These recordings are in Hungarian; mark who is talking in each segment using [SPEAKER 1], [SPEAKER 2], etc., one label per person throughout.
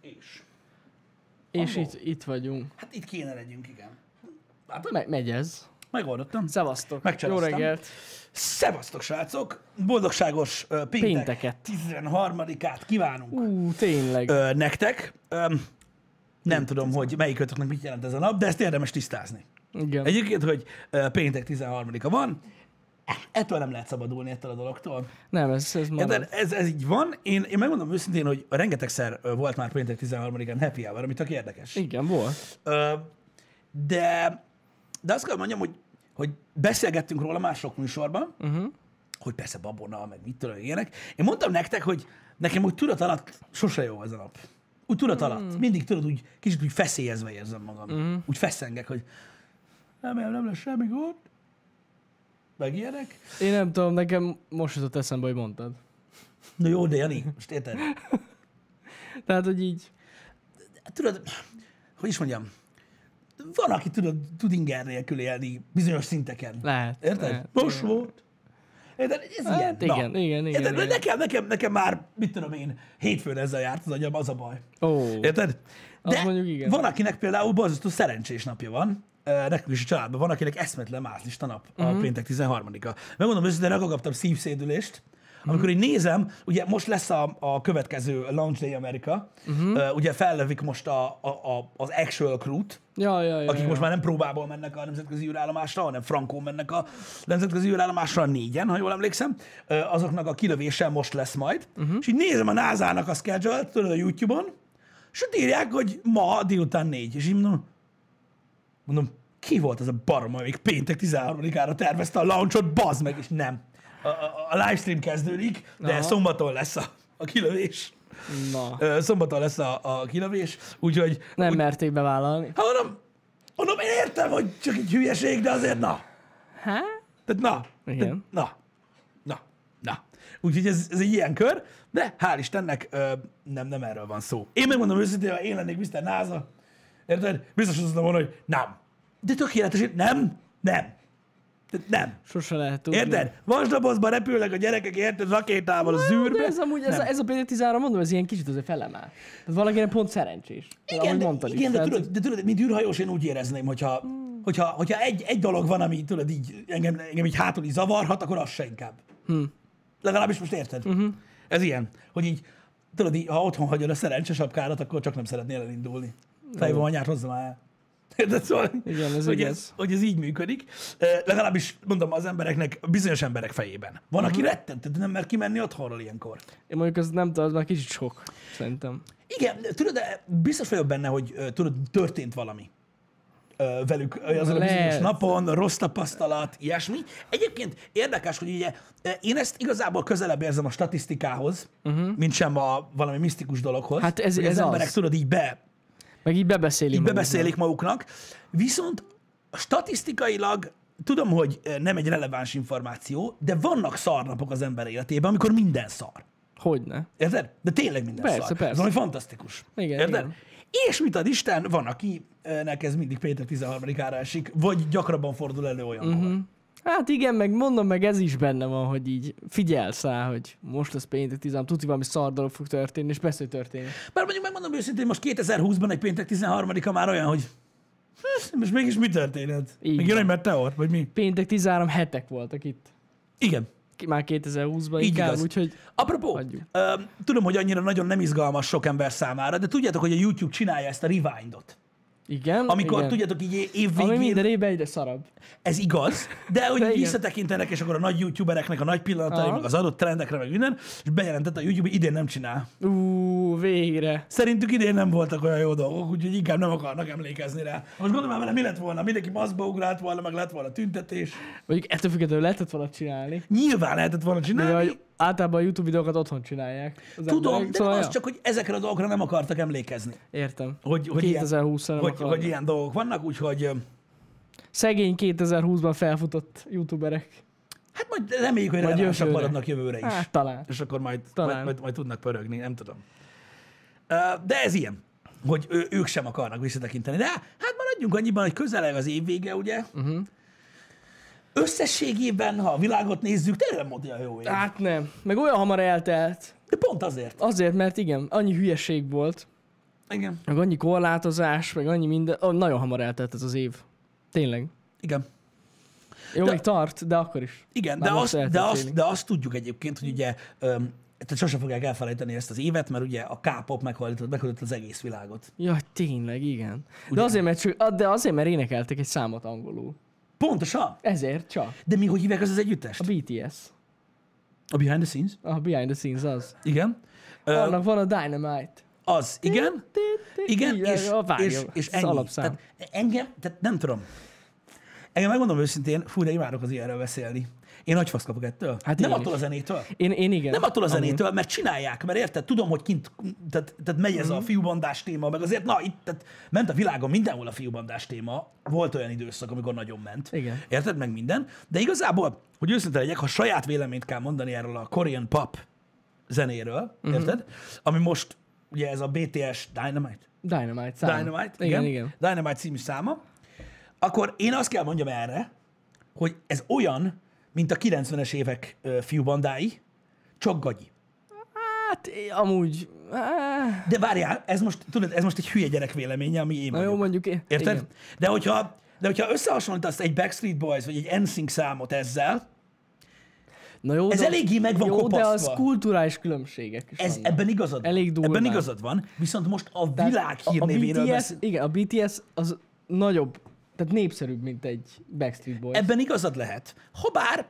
[SPEAKER 1] És.
[SPEAKER 2] És
[SPEAKER 1] Ahol?
[SPEAKER 2] itt, itt vagyunk.
[SPEAKER 1] Hát itt kéne legyünk, igen. Hát,
[SPEAKER 2] Me- megy ez.
[SPEAKER 1] Megoldottam.
[SPEAKER 2] Szevasztok. Jó
[SPEAKER 1] Megcseleztem.
[SPEAKER 2] reggelt.
[SPEAKER 1] Szevasztok, srácok! Boldogságos ö, péntek
[SPEAKER 2] Pénteket.
[SPEAKER 1] 13-át kívánunk
[SPEAKER 2] Ú, tényleg.
[SPEAKER 1] ö, nektek. Ö, nem tudom, hogy melyikötöknek mit jelent ez a nap, de ezt érdemes tisztázni.
[SPEAKER 2] Igen.
[SPEAKER 1] Egyébként, hogy ö, péntek 13-a van, ettől nem lehet szabadulni, ettől a dologtól.
[SPEAKER 2] Nem, ez, ez
[SPEAKER 1] De
[SPEAKER 2] marad.
[SPEAKER 1] ez, ez így van. Én, én megmondom őszintén, hogy rengetegszer ö, volt már péntek 13-án happy hour, ami tök érdekes.
[SPEAKER 2] Igen, volt.
[SPEAKER 1] Ö, de, de azt kell mondjam, hogy, hogy beszélgettünk róla már sok műsorban,
[SPEAKER 2] Uh-huh.
[SPEAKER 1] hogy persze babona, meg mit tudom, ilyenek. Én mondtam nektek, hogy nekem úgy tudat alatt sose jó ez a nap. Úgy tudat alatt. Mindig tudod, úgy kicsit úgy feszélyezve érzem magam. Úgy feszengek, hogy remélem nem lesz semmi gond, meg ilyenek.
[SPEAKER 2] Én nem tudom, nekem most jutott eszembe, hogy mondtad.
[SPEAKER 1] Na jó, de Jani, most érted?
[SPEAKER 2] Tehát, hogy így.
[SPEAKER 1] tudod, hogy is mondjam, van, aki tudod, tud inger nélkül élni bizonyos szinteken.
[SPEAKER 2] Lehet,
[SPEAKER 1] Érted?
[SPEAKER 2] lehet.
[SPEAKER 1] Most volt. Érted? Ez
[SPEAKER 2] Hát
[SPEAKER 1] ilyen.
[SPEAKER 2] igen,
[SPEAKER 1] Na.
[SPEAKER 2] igen, igen,
[SPEAKER 1] Érted?
[SPEAKER 2] igen.
[SPEAKER 1] Nekem, nekem, nekem már, mit tudom én, hétfőn ezzel járt az agyam, az a baj.
[SPEAKER 2] Ó,
[SPEAKER 1] Érted?
[SPEAKER 2] Azt
[SPEAKER 1] De
[SPEAKER 2] mondjuk igen.
[SPEAKER 1] van, akinek például borzasztó szerencsés napja van, Ö, nekünk is a családban van, akinek eszmetlen mászlista nap a
[SPEAKER 2] Mhm.
[SPEAKER 1] péntek 13-a. Megmondom őszintén, akkor kaptam szívszédülést,
[SPEAKER 2] Mhm.
[SPEAKER 1] amikor így nézem, ugye most lesz a, a következő Launch Day America,
[SPEAKER 2] Mhm.
[SPEAKER 1] uh-huh. ugye fellövik most a, a, a, az actual crew-t,
[SPEAKER 2] ja, ja, ja,
[SPEAKER 1] akik
[SPEAKER 2] ja.
[SPEAKER 1] most már nem próbából mennek a nemzetközi űrállomásra, hanem frankón mennek a nemzetközi űrállomásra négyen, ha jól emlékszem, Ö, azoknak a kilövése most lesz majd.
[SPEAKER 2] Mhm.
[SPEAKER 1] Uh-huh. És így nézem a NASA-nak a schedule tudod, a YouTube-on, és ott írják, hogy ma délután négy. És így mondom, mondom, ki volt az a barom, amelyik péntek 13-ára tervezte a launchot, bazd meg, és nem. A, a, a livestream kezdődik, de
[SPEAKER 2] Aha.
[SPEAKER 1] szombaton lesz a, a kilövés.
[SPEAKER 2] Na,
[SPEAKER 1] Ö, Szombaton lesz a, a kilövés, úgyhogy
[SPEAKER 2] nem merték bevállalni.
[SPEAKER 1] Hát mondom, mondom, én értem, hogy csak egy hülyeség, de azért na.
[SPEAKER 2] Há?
[SPEAKER 1] Tehát na.
[SPEAKER 2] Igen.
[SPEAKER 1] Tehát na. Na. Na. Úgyhogy ez, ez egy ilyen kör, de hál' Istennek ö, nem, nem erről van szó. Én megmondom őszintén, ha én lennék Mr. NASA, érted? Biztos azt mondom volna, hogy nem. De tökéletes, hogy nem, nem. Tehát nem.
[SPEAKER 2] Sose lehet tudni.
[SPEAKER 1] Érted? Vasdobozban repülnek a gyerekek, érted? Rakétával az
[SPEAKER 2] De
[SPEAKER 1] űrbe.
[SPEAKER 2] ez amúgy, ez, a, ez a PD13, mondom, ez ilyen kicsit azért felemel. Tehát valakinek pont szerencsés.
[SPEAKER 1] Igen,
[SPEAKER 2] ahogy
[SPEAKER 1] de,
[SPEAKER 2] mondtad is,
[SPEAKER 1] igen de,
[SPEAKER 2] tehát-
[SPEAKER 1] tudod, de tudod, mint űrhajós én úgy érezném, hogyha, hogyha, hogyha egy, egy dolog van, ami tudod, így, engem, engem így hátul így zavarhat, akkor az se inkább.
[SPEAKER 2] Hmm.
[SPEAKER 1] Legalábbis most érted. Ez ilyen, hogy így, tudod, így, ha otthon hagyod a szerencse sapkádat, akkor csak nem szeretnél elindulni. Fejvon anyát hozzam el. Érted? Szóval,
[SPEAKER 2] Igen, ez
[SPEAKER 1] hogy,
[SPEAKER 2] igaz.
[SPEAKER 1] ez, hogy ez így működik. Ö, Legalábbis mondom az embereknek, bizonyos emberek fejében. Van,
[SPEAKER 2] Mhm.
[SPEAKER 1] aki rettentő, de nem mer kimenni otthonról ilyenkor.
[SPEAKER 2] Én mondjuk az nem tudom, az már kicsit sok, szerintem.
[SPEAKER 1] Igen, tudod, de biztos vagyok benne, hogy ö, tudod, történt valami ö, velük ö, azon a
[SPEAKER 2] Lehet.
[SPEAKER 1] bizonyos napon, rossz tapasztalat, ilyesmi. Egyébként érdekes, hogy ugye ö, én ezt igazából közelebb érzem a statisztikához, uh-huh. mint sem a valami misztikus dologhoz.
[SPEAKER 2] Mhm. Hát ez-
[SPEAKER 1] hogy
[SPEAKER 2] ez
[SPEAKER 1] az emberek,
[SPEAKER 2] az.
[SPEAKER 1] tudod, így be,
[SPEAKER 2] Meg így bebeszélünk.
[SPEAKER 1] így bebeszélik maguknak. Viszont statisztikailag tudom, hogy ö, nem egy releváns információ, de vannak szarnapok az ember életében, amikor minden szar.
[SPEAKER 2] Hogyne.
[SPEAKER 1] Érted? De tényleg minden
[SPEAKER 2] Persze,
[SPEAKER 1] szar. Ez
[SPEAKER 2] persze.
[SPEAKER 1] valami fantasztikus.
[SPEAKER 2] Igen,
[SPEAKER 1] Érted?
[SPEAKER 2] igen.
[SPEAKER 1] És mit ad Isten, van, aki eh, nek ez mindig Péter 13-ára esik, vagy gyakrabban fordul elő olyankor. Uh-huh.
[SPEAKER 2] Hát igen, meg mondom, meg ez is benne van, hogy így figyelsz rá, hogy most lesz péntek 13, tudni valami szar dolog fog történni, és persze, hogy történik.
[SPEAKER 1] Bár mondjuk megmondom őszintén, most 2020-ban egy péntek 13-a már olyan, hogy hm, most mégis mi történhet?
[SPEAKER 2] Így
[SPEAKER 1] Még jön
[SPEAKER 2] van.
[SPEAKER 1] egy meteor, vagy mi?
[SPEAKER 2] Péntek 13 hetek voltak itt.
[SPEAKER 1] Igen.
[SPEAKER 2] Ki- Már 2020-ban
[SPEAKER 1] Így
[SPEAKER 2] inkább,
[SPEAKER 1] igaz.
[SPEAKER 2] úgyhogy
[SPEAKER 1] Apropó,
[SPEAKER 2] Hagyjuk.
[SPEAKER 1] ö, tudom, hogy annyira nagyon nem izgalmas sok ember számára, de tudjátok, hogy a YouTube csinálja ezt a rewindot.
[SPEAKER 2] igen.
[SPEAKER 1] Amikor
[SPEAKER 2] igen.
[SPEAKER 1] tudjátok, így
[SPEAKER 2] Ami
[SPEAKER 1] évvégén...
[SPEAKER 2] minden évben egyre szarabb.
[SPEAKER 1] ez igaz, de hogy
[SPEAKER 2] De
[SPEAKER 1] így
[SPEAKER 2] igen.
[SPEAKER 1] visszatekintenek, és akkor a nagy youtubereknek a nagy pillanatai,
[SPEAKER 2] Aha.
[SPEAKER 1] meg az adott trendekre, meg minden, és bejelentette a YouTube, hogy idén nem csinál.
[SPEAKER 2] Ú, végre.
[SPEAKER 1] Szerintük idén nem voltak olyan jó dolgok, úgyhogy inkább nem akarnak emlékezni rá. Most gondolom már vele, mi lett volna? Mindenki maszba ugrált volna, meg lett volna tüntetés.
[SPEAKER 2] Mondjuk ettől függetlenül lehetett volna csinálni.
[SPEAKER 1] Nyilván lehetett volna
[SPEAKER 2] De
[SPEAKER 1] csinálni.
[SPEAKER 2] hogy általában a YouTube videókat otthon csinálják. Az
[SPEAKER 1] Tudom,
[SPEAKER 2] emberek, Szóval
[SPEAKER 1] de nem
[SPEAKER 2] ja.
[SPEAKER 1] az csak, hogy ezekre a dolgokra nem akartak emlékezni.
[SPEAKER 2] Értem.
[SPEAKER 1] Hogy, hogy, ilyen,
[SPEAKER 2] 2020-ra nem
[SPEAKER 1] hogy,
[SPEAKER 2] akarnak.
[SPEAKER 1] hogy ilyen dolgok vannak, úgyhogy ö,
[SPEAKER 2] Szegény 2020-ban felfutott youtuberek.
[SPEAKER 1] hát majd reméljük, hogy
[SPEAKER 2] Majd
[SPEAKER 1] relevánsak
[SPEAKER 2] jövőre.
[SPEAKER 1] maradnak jövőre is.
[SPEAKER 2] Hát talán.
[SPEAKER 1] és akkor majd,
[SPEAKER 2] Talán.
[SPEAKER 1] majd, majd, majd tudnak pörögni, nem tudom. Ö, De ez ilyen, hogy ő, ők sem akarnak visszatekinteni. De hát maradjunk annyiban, hogy közeleg az év vége, ugye? Uh-huh. Összességében, ha a világot nézzük, tényleg nem volt olyan jó év.
[SPEAKER 2] Hát nem. Meg olyan hamar eltelt.
[SPEAKER 1] De pont azért.
[SPEAKER 2] Azért, mert igen, annyi hülyeség volt.
[SPEAKER 1] Igen.
[SPEAKER 2] Meg annyi korlátozás, meg annyi minden. Oh, nagyon hamar eltelt ez az év. Tényleg.
[SPEAKER 1] Igen.
[SPEAKER 2] Jó,
[SPEAKER 1] De-
[SPEAKER 2] de... még tart, de akkor is.
[SPEAKER 1] Igen,
[SPEAKER 2] Már
[SPEAKER 1] de
[SPEAKER 2] most
[SPEAKER 1] azt,
[SPEAKER 2] eltelt
[SPEAKER 1] de, azt,
[SPEAKER 2] félig.
[SPEAKER 1] de azt tudjuk egyébként, hogy ugye öm, tehát sosem fogják elfelejteni ezt az évet, mert ugye a K-pop meghallgatott, meghallgatott az egész világot.
[SPEAKER 2] Jaj, tényleg, igen. De azért, mert, csak- de azért, mert énekeltek egy számot angolul.
[SPEAKER 1] Pontosan!
[SPEAKER 2] Ezért csak.
[SPEAKER 1] De mi hogy hívják az az együttest?
[SPEAKER 2] A BTS.
[SPEAKER 1] A Behind the Scenes?
[SPEAKER 2] A Behind the Scenes az.
[SPEAKER 1] Igen. Ö,
[SPEAKER 2] Annak van a Dynamite.
[SPEAKER 1] az, igen. Igen,
[SPEAKER 2] Így,
[SPEAKER 1] és,
[SPEAKER 2] a várja,
[SPEAKER 1] és, és
[SPEAKER 2] ez
[SPEAKER 1] ennyi.
[SPEAKER 2] alapszám.
[SPEAKER 1] Tehát engem, tehát nem tudom. Engem megmondom őszintén, fú, de imádok az ilyenről beszélni. Én nagy fasz kapok ettől.
[SPEAKER 2] Hát
[SPEAKER 1] nem
[SPEAKER 2] én
[SPEAKER 1] attól a
[SPEAKER 2] is.
[SPEAKER 1] zenétől.
[SPEAKER 2] Én, én igen.
[SPEAKER 1] Nem attól a
[SPEAKER 2] Amúgy.
[SPEAKER 1] zenétől, mert csinálják, mert érted, tudom, hogy kint, tehát, tehát megy ez a
[SPEAKER 2] Mhm.
[SPEAKER 1] fiúbandás téma, meg azért, na, itt tehát ment a világon mindenhol a fiúbandás téma, volt olyan időszak, amikor nagyon ment.
[SPEAKER 2] Igen.
[SPEAKER 1] Érted, meg minden. De igazából, hogy őszinte legyek, ha saját véleményt kell mondani erről a Korean Pop zenéről,
[SPEAKER 2] Mhm.
[SPEAKER 1] érted, ami most ugye ez a BTS Dynamite,
[SPEAKER 2] Dynamite szám.
[SPEAKER 1] Dynamite, igen,
[SPEAKER 2] igen. igen.
[SPEAKER 1] Dynamite című száma, akkor én azt kell mondjam erre, hogy ez olyan, mint a 90-es évek ö, fiúbandái, csak gagyi.
[SPEAKER 2] Hát, é- amúgy... áh,
[SPEAKER 1] De várjál, ez most, tudod, ez most egy hülye gyerek véleménye, ami én
[SPEAKER 2] Na jó,
[SPEAKER 1] vagyok.
[SPEAKER 2] mondjuk én.
[SPEAKER 1] Érted?
[SPEAKER 2] Igen.
[SPEAKER 1] De hogyha, de hogyha összehasonlítasz egy Backstreet Boys vagy egy NSYNC számot ezzel,
[SPEAKER 2] Na jó,
[SPEAKER 1] Ez
[SPEAKER 2] de-
[SPEAKER 1] eléggé meg van
[SPEAKER 2] jó, de az
[SPEAKER 1] kopasztva.
[SPEAKER 2] kulturális különbségek is
[SPEAKER 1] ez,
[SPEAKER 2] vannak.
[SPEAKER 1] ebben igazad van.
[SPEAKER 2] Elég durván.
[SPEAKER 1] Ebben igazad van, viszont most a
[SPEAKER 2] Tehát
[SPEAKER 1] világ
[SPEAKER 2] a- a
[SPEAKER 1] hírnévéről
[SPEAKER 2] BTS
[SPEAKER 1] beszél.
[SPEAKER 2] Igen, a BTS az nagyobb, tehát népszerűbb, mint egy Backstreet Boys.
[SPEAKER 1] Ebben igazad lehet. Habár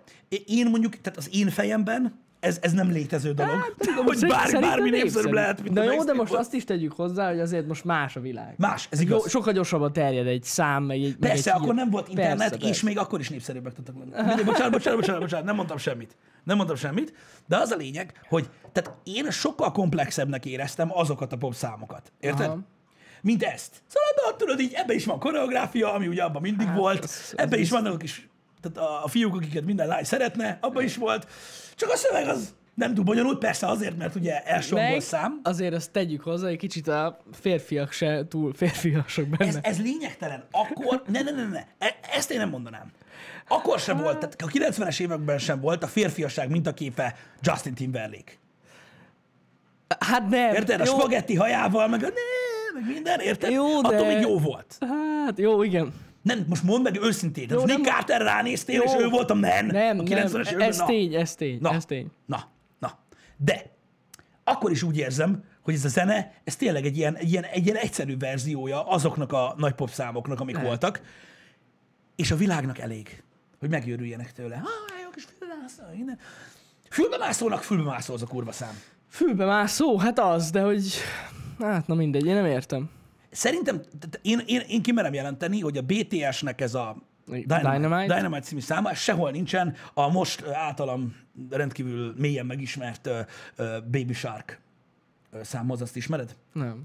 [SPEAKER 1] én mondjuk, tehát az én fejemben ez, ez nem létező dolog. hogy
[SPEAKER 2] Szerint-
[SPEAKER 1] bár,
[SPEAKER 2] Hát, szerintem
[SPEAKER 1] bármi népszerűbb lehet, mint
[SPEAKER 2] Na
[SPEAKER 1] a
[SPEAKER 2] jó, de
[SPEAKER 1] Backstreet
[SPEAKER 2] most
[SPEAKER 1] Boys.
[SPEAKER 2] azt is tegyük hozzá, hogy azért most más a világ.
[SPEAKER 1] Más, ez
[SPEAKER 2] Jó,
[SPEAKER 1] igaz.
[SPEAKER 2] sokkal gyorsabban terjed egy szám, meg egy meg
[SPEAKER 1] Persze,
[SPEAKER 2] egy
[SPEAKER 1] akkor
[SPEAKER 2] hír.
[SPEAKER 1] nem volt internet,
[SPEAKER 2] Persze,
[SPEAKER 1] és
[SPEAKER 2] persze.
[SPEAKER 1] még akkor is népszerűbbek tudtak lenni. Mindegy, Bocsánat, bocsánat, bocsánat, bocsánat, nem mondtam semmit. Nem mondtam semmit, de az a lényeg, hogy tehát én sokkal komplexebbnek éreztem azokat a pop számokat. Érted?
[SPEAKER 2] Aha.
[SPEAKER 1] Mint ezt. Szóval ebben, tudod, így ebbe is van koreográfia, ami ugye abban mindig
[SPEAKER 2] Hát,
[SPEAKER 1] volt,
[SPEAKER 2] az- az
[SPEAKER 1] ebbe is vannak a kis, tehát a, a fiúk, akiket minden lány szeretne, abban is volt. Csak a szöveg az nem túl bonyolult, persze azért, mert ugye elsőbb
[SPEAKER 2] Meg
[SPEAKER 1] szám.
[SPEAKER 2] azért ezt tegyük hozzá, egy kicsit a férfiak se túl férfiasak benne.
[SPEAKER 1] ez, ez lényegtelen. Akkor, ne, ne, ne, ne, E- ezt én nem mondanám. Akkor sem volt, tehát a 90-es években sem volt a férfiasság mintaképe Justin Timberlake.
[SPEAKER 2] Hát nem.
[SPEAKER 1] Érted? A
[SPEAKER 2] jó,
[SPEAKER 1] spagetti hajával, meg a ne, meg minden, érted?
[SPEAKER 2] Jó, de-
[SPEAKER 1] Attól még jó volt.
[SPEAKER 2] Hát jó, igen.
[SPEAKER 1] Nem, most mondd meg őszintén,
[SPEAKER 2] Jó,
[SPEAKER 1] hogy Nick
[SPEAKER 2] nem-
[SPEAKER 1] Carter ránéztél,
[SPEAKER 2] Jó.
[SPEAKER 1] és ő voltam, nem.
[SPEAKER 2] Nem,
[SPEAKER 1] a
[SPEAKER 2] nem,
[SPEAKER 1] 90-es években,
[SPEAKER 2] ez
[SPEAKER 1] na.
[SPEAKER 2] tény, ez tény, ez tény.
[SPEAKER 1] Na, na. De akkor is úgy érzem, hogy ez a zene, ez tényleg egy ilyen, egy ilyen, egy ilyen egyszerű verziója azoknak a nagy pop számoknak, amik
[SPEAKER 2] Lehet.
[SPEAKER 1] voltak. És a világnak elég, hogy megőrüljenek tőle. Ah, jó kis fülbemászó, innen. Fülbemászónak fülbemászó az a kurva szám.
[SPEAKER 2] Fülbe már szó, hát az, de hogy... Hát na mindegy, én nem értem.
[SPEAKER 1] Szerintem, tehát én, én, én kimerem jelenteni, hogy a BTS-nek ez a Dynamite, Dynamite.
[SPEAKER 2] Dynamite.
[SPEAKER 1] Dynamite című száma ez sehol nincsen a most ö, általam rendkívül mélyen megismert uh, uh, Baby Shark ö, számhoz, azt ismered?
[SPEAKER 2] Nem.